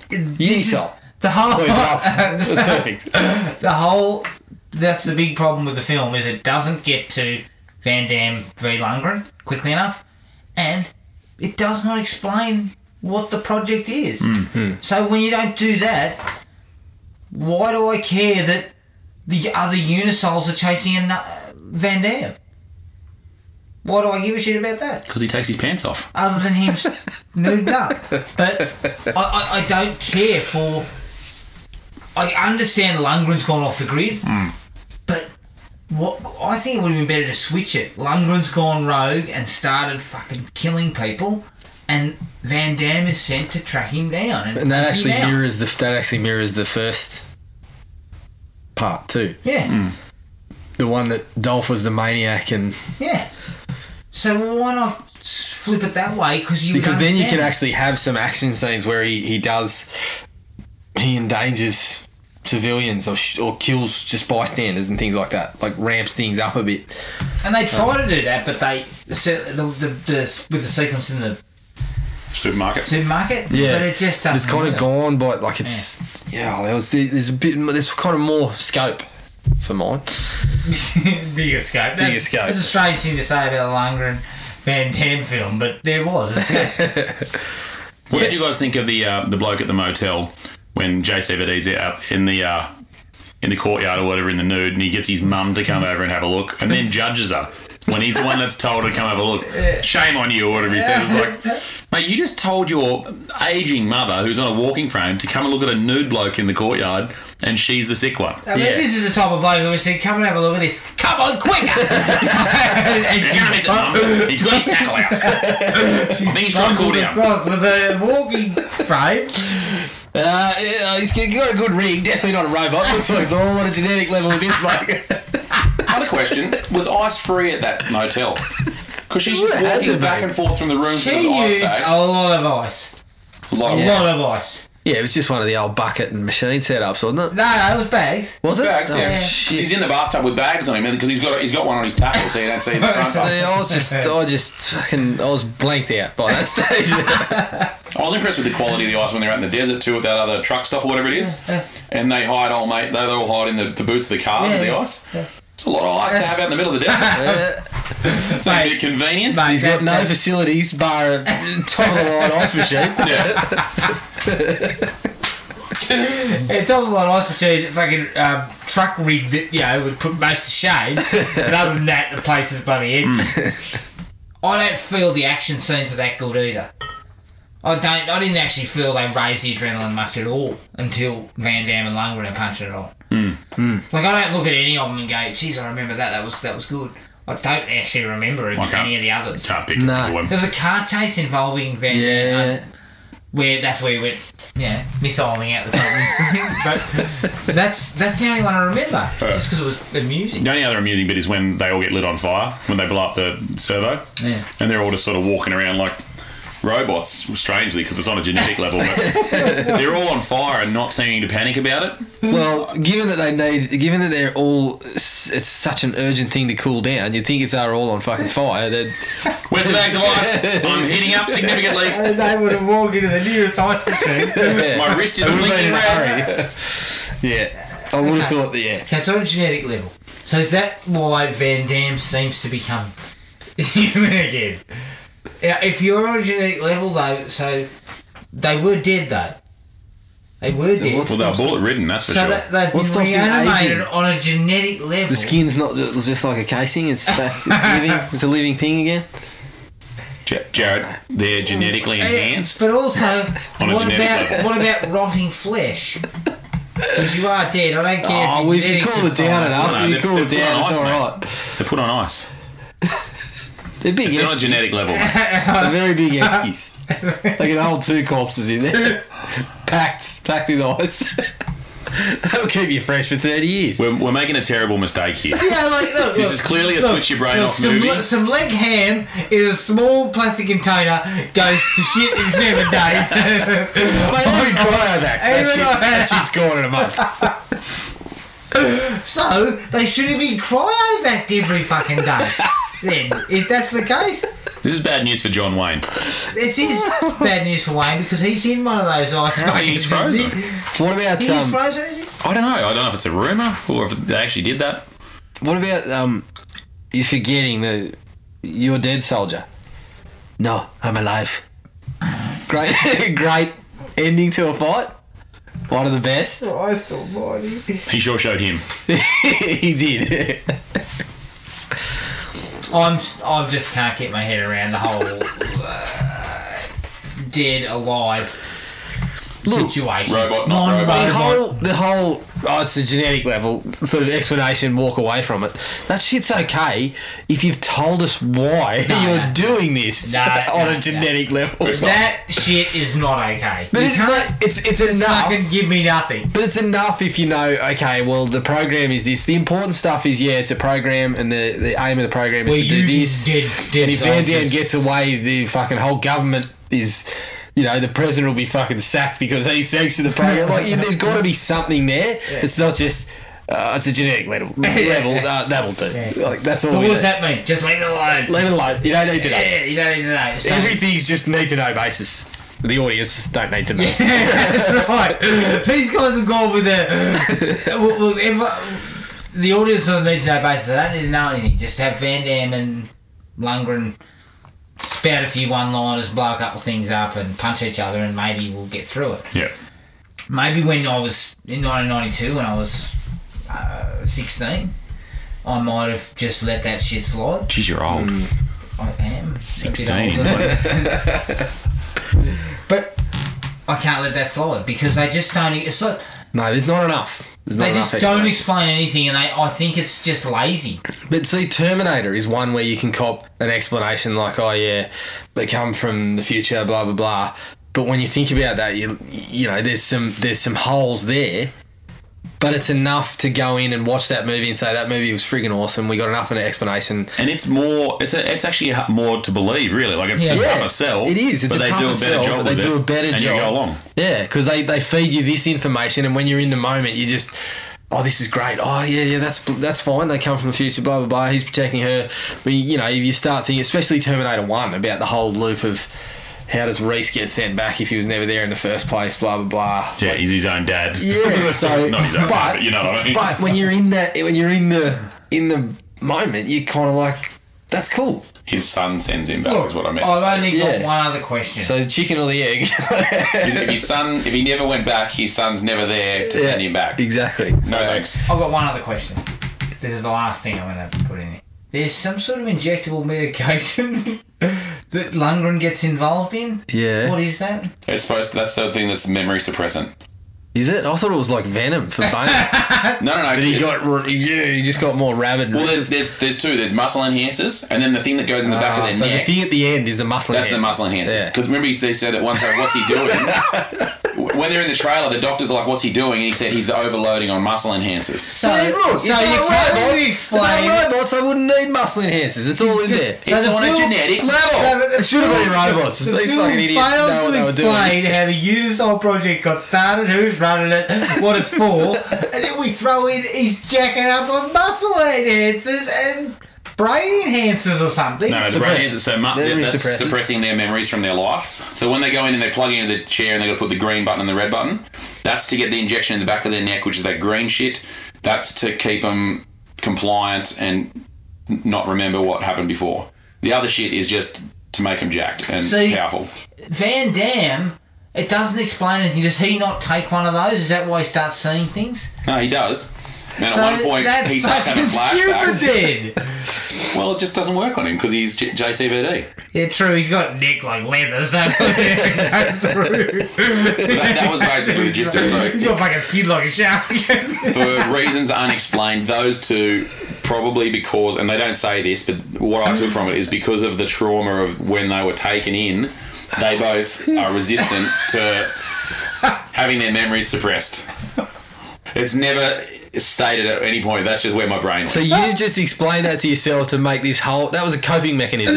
This is-
Unisol.
The whole, <laughs>
It was perfect.
the whole. That's the big problem with the film is it doesn't get to Van Damme v Lundgren quickly enough, and it does not explain what the project is. So when you don't do that, why do I care that the other Unisols are chasing ano- Van Damme? Why do I give a shit about that?
Because he takes his pants off.
Other than him nuded up, but I, I, I don't care for. I understand Lundgren's gone off the grid,
Hmm.
but what I think it would have been better to switch it. Lundgren's gone rogue and started fucking killing people, and Van Damme is sent to track him down. And,
And that
hunt
actually
him down.
mirrors the that actually mirrors the first part too.
Yeah,
The one that Dolph was the maniac and
yeah. So why not s- flip it that way? Because you would
because then you can
understand.
actually have some action scenes where he, he does he endangers civilians or, sh- or kills just bystanders and things like that. Like ramps things up a bit.
And
Oh.
they try to do that, but they so the, the, the, with the sequence in the
Supermarket.
supermarket. but it just doesn't.
It's kind of
work.
gone, but like it's yeah. there was there's a bit there's kind of more scope for mine.
<laughs> Big escape. That's,
Big escape.
It's a strange thing to say about a Lundgren Van Damme film, but there was.
<laughs>
What did
Yes.
you guys think of the uh, the bloke at the motel when JCVD's out in the uh, in the courtyard or whatever in the nude, and he gets his mum to come over and have a look, and then judges her when he's the one that's told to come have a look. Shame on you, or whatever he says. It's like, mate, you just told your aging mother who's on a walking frame to come and look at a nude bloke in the courtyard, and she's the sick one.
I mean,
Yeah.
this is the type of bloke who would say, "Come and have a look at this. Come on, quicker!"
<laughs>
and,
You're gonna miss it, mum. He's got his tackle out. I
<laughs>
think he's trying to cool down.
across with a walking frame.
Uh, yeah, he's got a good rig, definitely not a robot. Looks like it's all on a genetic level with this bloke.
Another question: Was ice free at that motel? Because she's just
It had to
walking
be.
back and forth from the room to
She
the ice
used
bag.
a lot of ice.
Like,
A
what?
lot of ice.
yeah, it was just one of the old bucket and machine setups, wasn't it?
No, no, it was bags.
Was it?
Bags,
Oh,
yeah.
shit.
He's in the bathtub with bags on him because he's got he's got one on his tackle, so you don't see
<laughs>
the front.
See, I was just, I just fucking, I was blanked out by that stage.
I was impressed with the quality of the ice when they're out in the desert too, with that other truck stop or whatever it is. And they hide, old mate. They, they all hide in the, the boots of the cars with
Yeah.
the ice. It's a lot of ice to have out in the middle of the desert.
<laughs>
Uh,
<laughs> It's a bit convenient.
Mate,
he's
that-
got no
that-
facilities bar a top of the line ice machine.
Yeah.
It's all a lot of ice machine, fucking um, truck rig that, you know, would put most to shame. but other than that, the place is bloody empty. <laughs> I don't feel the action scenes are that good either. I don't. I didn't actually feel they raised the adrenaline much at all until Van Damme and Lundgren are punching it on. Like I don't look at any of them and go, "Geez, I remember that. That was that was good." I don't actually remember
I can't-
any of the others.
Can't pick a
No.
single one.
There was a car chase involving Van Damme
Yeah.
where that's where he went, yeah, missiling out the <laughs> top. but that's that's the only one I remember, just because it was amusing.
The only other amusing bit is when they all get lit on fire when they blow up the servo.
Yeah.
And they're all just sort of walking around like robots, strangely, because it's on a genetic level. But
<laughs>
they're all on fire and not seeming to panic about it.
Well, given that they need, given that they're all, s- it's such an urgent thing to cool down. You'd think if they're all on fucking fire, they'd
Where's the bags of ice? I'm heating up significantly.
And <laughs> they would have walked into the nearest ice <laughs> machine.
yeah.
My wrist is
They would've been in
blinking
a
red.
hurry. yeah, I would have thought that. Yeah,
That's on a genetic level. So is that why Van Damme seems to become <laughs> human again? Now, if you're on a genetic level, though, so they were dead though. They were dead.
what's
Well, they're bullet ridden, that's for
so
sure.
that, they've
What's
been
stopping
reanimated
aging?
on a genetic level.
the skin's not ju- just like a casing. It's back, it's living. It's a living thing again.
Ja- Jared, they're genetically
Yeah,
enhanced.
But also,
<laughs> On a
what
genetic
about
level.
what about rotting flesh? Because you are dead. I don't care. if
Oh,
your
well, if you
genetics
cool
are
it down
fine.
enough,
No,
if you
they're-
cool it
they're
down,
put
it's
on
all
ice,
right.
They're put on ice.
They're big,
It's on a
eskies.
genetic level.
they're very big eskies. they can hold two corpses in there, <laughs> packed, packed in ice. <laughs> That'll keep you fresh for thirty years.
We're, we're making a terrible mistake here.
Yeah, like look,
This
look,
is clearly a
look,
switch your brain
look,
off
some,
movie.
le- some leg ham in a small plastic container goes to shit in seven days. <laughs>
I've been cryovax. That,
Even
shit,
I-
that shit's gone in a month.
so they should have been cryovac every fucking day. Then, if that's the case,
This is bad news for
<laughs>
John Wayne.
this is bad news for Wayne because he's in one of those ice.
He's
buckets, isn't he?
frozen.
What about
He's
um,
frozen, is he?
I don't know. I don't know if it's a rumor or if they actually did that.
what about um, you forgetting the you're dead soldier? No, I'm alive. Great, <laughs> great ending to a fight. One of the best. <laughs>
Christ almighty.
He sure showed him.
he did. <laughs>
I'm I just can't get my head around the whole uh, dead alive situation.
robot, not
The
Oh,
robot.
whole, the whole, oh, it's a genetic level sort of explanation. Walk away from it. That shit's okay if you've told us why <laughs> you're
no.
doing this
No,
<laughs> on
no,
a
no.
genetic level.
It's not-
That shit is not okay.
But
you
it's,
can't
not, it's it's enough.
fucking give me nothing.
But it's enough if you know. Okay, well, the program is this. The important stuff is yeah, it's a program, and the, the aim of the program is
We're
to do
using
this.
dead, dead
and if Van Dam
soldiers.
gets away, the fucking whole government is you know, the president will be fucking sacked because he sanctioned the program. Like, yeah, there's got to be something there. It's not just. Uh, it's a genetic level. level uh, that'll do. Like, that's all.
But
we
what does
need.
that mean? Just leave it alone.
Leave it alone. You don't need to know.
Yeah, you don't need to know. So-
Everything's just need to know basis. The audience don't need to know.
<laughs> That's right. These guys have gone with a. well, well, if, uh, the audience on a need to know basis. I don't need to know anything. Just have Van Damme and Lundgren spout a few one liners, blow a couple things up, and punch each other, and maybe we'll get through it.
Yeah.
Maybe when I was in 1992, when I was uh, 16, I might have just let that shit slide.
Jeez, you're old.
Mm,
I am a bit
16. <laughs>
older.
<laughs>
but I can't let that slide because they just don't. e-, It's like
no, there's not enough. There's not
they
enough
just don't
explanation.
explain anything, and they, I think it's just lazy.
But see, Terminator is one where you can cop an explanation like, "Oh yeah, they come from the future," blah blah blah. But when you think about that, you you know, there's some there's some holes there. But it's enough to go in and watch that movie and say that movie was friggin' awesome. We got enough of an explanation.
And it's more. It's a, it's actually ha- more to believe, really. Like it's a
Yeah.
tougher sell.
It is. It's
but
a
they do a
tougher
better
sell,
job.
but they
with
do
it,
a better
and
job.
you go along.
Yeah, because they, they feed you this information, and when you're in the moment, you just, oh, this is great. Oh, yeah, yeah, that's that's fine. They come from the future, blah blah blah. He's protecting her. But you know, if you start thinking, especially Terminator One, about the whole loop of how does Reese get sent back if he was never there in the first place, blah blah blah.
Yeah, he's his own dad. <laughs>
Yeah, so
Not his
but,
own dad, but you know what I mean.
but when you're in that, when you're in the in the moment, you're kind of like, that's cool.
His son sends him back. is what I meant.
oh,
to say.
I've only got
Yeah.
one other question.
So the chicken or the egg? <laughs>
If if his son, if he never went back, his son's never there to send him back.
Exactly.
No thanks.
I've got one other question. This is the last thing I'm going to put in here. There's some sort of injectable medication <laughs> that Lundgren gets involved in.
Yeah.
What is that?
It's supposed. To, that's the thing that's memory suppressant.
Is it? I thought it was like venom
<laughs>
for bone.
No, no, no.
he
it's-
got r- yeah, he just got more rabid.
well, there's, there's there's two. There's muscle enhancers, and then the thing that goes in the back of
Ah,
their
so
neck.
the thing at the end is the muscle.
That's the
enhancer.
muscle enhancers.
Yeah.
Because remember, he, they said at one time, "What's he doing?"
<laughs>
W- when they're in the trailer, the doctor's like, "What's he doing?" And he said he's overloading on muscle enhancers.
So,
Look,
so you can't really explain.
robots. I wouldn't need muscle enhancers. It's all in there.
So
It's
the
on a
film-
genetic
So
level.
the- the
It should have been
film-
robots.
The
These
film
fucking idiots
failed
know what
to
they were doing.
explain how the Unisol project got started, who's running it, what it's
<laughs>
for, and then we throw in he's jacking up on muscle enhancers and brain enhancers or something.
No, no, the brain
Suppress.
is so mu-
Memory
that's
suppresses.
suppressing their memories from their life. So when they go in and they plug into the chair and they got to put the green button and the red button, that's to get the injection in the back of their neck, which is that green shit. That's to keep them compliant and n- not remember what happened before. The other shit is just to make them jacked and
See-
powerful.
Van Damme, it doesn't explain anything. Does he not take one of those? Is that why he starts seeing things?
No, he does. And at one point,
that's
he starts having
fucking
flashbacks.
stupid then.
Well, it just doesn't work on him because he's J-
<laughs>
JCVD.
yeah, true. He's got neck like leather, so <laughs> it couldn't go through.
That, that was basically the gist of it.
He's
So,
got fucking skin like a <laughs> shark.
for reasons unexplained, those two probably because, and they don't say this, but what I took from it is because of the trauma of when they were taken in, they both are resistant to having their memories suppressed. It's never stated at any point. That's just where my brain went.
So you just explained that to yourself to make this whole. That was a coping
<laughs>
mechanism.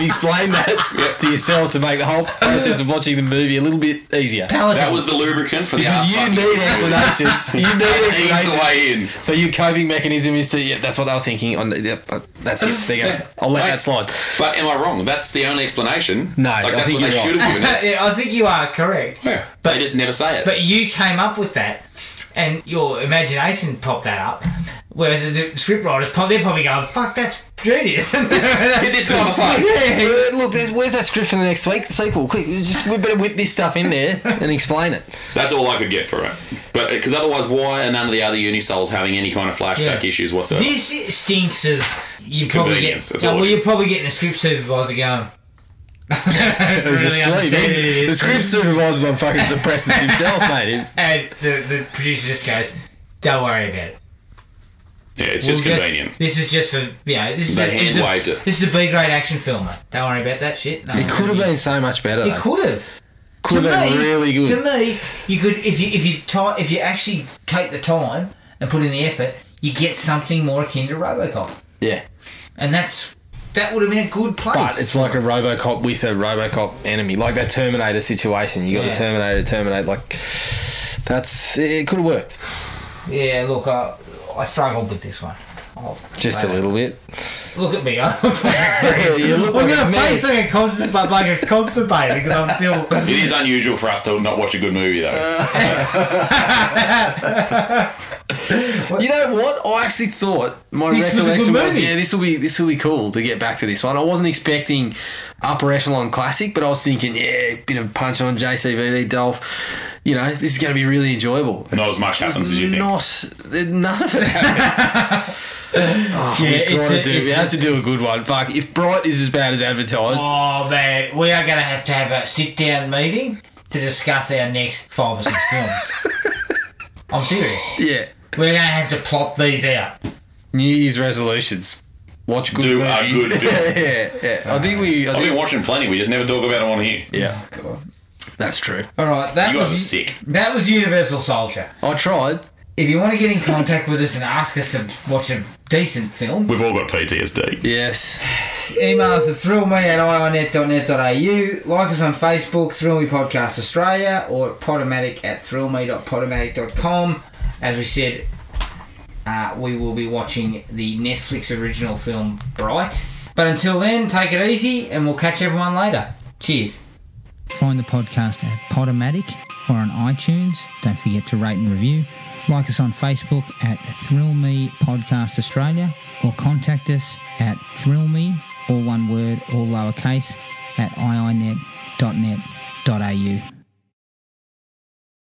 you explained that to yourself to make the whole process of watching the movie a little bit easier.
that was the lubricant for the
Because
ass
you
fucking-
need explanations. You need
<laughs> Ease the
explanations.
way in.
So your coping mechanism is to yeah, that's what they were thinking. On yep, uh, that's it. There
<laughs>
you go. I'll let
Right.
that slide.
But am I wrong? That's the only explanation.
No,
like
I
that's
think
what they
you're
should have given
<laughs>
us.
yeah, I think you are correct.
Yeah.
But-
they just never say it.
But you came up with that, and your imagination popped that up. Whereas the scriptwriters, prob- they're probably going, "Fuck, that's genius." <laughs>
Hit this guy on the
<laughs>
phone.
Uh, look, there's, where's that script for the next week sequel? Quick, we just we better whip this stuff in there and explain
<laughs>
it.
That's all I could get for it. But because otherwise, why are none of the other Unisols having any kind of flashback
Yeah.
issues whatsoever?
This stinks of you probably get.
Convenience, that's
So,
all
well,
it
you're
is.
probably getting a script supervisor going.
It
<laughs>
was asleep. He's- The script supervisor's on fucking suppressants
<laughs>
himself, mate.
And the, the producer just goes, "Don't worry about it."
yeah, it's
We'll
just
get-
convenient.
This is just for you know. This is
They
a, this, is a-
hand-waved it.
this is a B grade action filmer. Don't worry about that shit. No,
It could have been so much better.
It
Though.
could have.
Could have been really good.
To me, you could if you if you ti if you actually take the time and put in the effort, you get something more akin to RoboCop,
Yeah.
and that's that would have been a good place.
But it's like a RoboCop with a RoboCop enemy, like that Terminator situation. You got
Yeah.
the Terminator, Terminate. Like that's it. Could have worked
yeah, look, I, I struggled with this one. Oh,
just
mate.
a little bit.
Look at me. <laughs> I'm
You look like a
gonna face
mess.
it and constipate, like it's constipated because I'm
<laughs>
still.
It is unusual for us to not watch a good movie, though.
Uh,
You know what? I actually thought my
This was a good
recollection was,
movie.
yeah, this will be this will be cool to get back to this one. I wasn't expecting upper echelon classic, but I was thinking, yeah, bit of punch on JCVD Dolph. You know, this is going to be really enjoyable.
Not as much happens as you think.
Not none of it happens.
<laughs>
oh,
Yeah,
we
it's
gotta
a-
do.
it's
We
a-
have to do a good one. Fuck, if Bright is as bad as advertised,
Oh man, we are going to have to have a sit-down meeting to discuss our next five or six films. <laughs> I'm serious.
yeah.
We're going to have to plot these out.
New Year's resolutions. Watch good
Do a
movies. <laughs>
good film.
yeah, yeah. I think we. I
I've been
think,
watching plenty. We just never talk about it on here.
yeah, that's true.
All right, that
You guys
was
are sick.
That was Universal Soldier.
I tried.
If you want to get in contact with us and ask us to watch a decent film,
We've all got PTSD.
Yes.
email us at thrillme at E ionet.net.au, like us on Facebook, Thrill Me Podcast Australia, or podomatic at thrillme.podomatic.com. As we said, uh, we will be watching the Netflix original film Bright. But until then, take it easy and we'll catch everyone later. Cheers.
Find the podcast at Podomatic or on iTunes. Don't forget to rate and review. Like us on Facebook at Thrill Me Podcast Australia or contact us at Thrill Me, all one word, all lowercase, at iinet.net.au.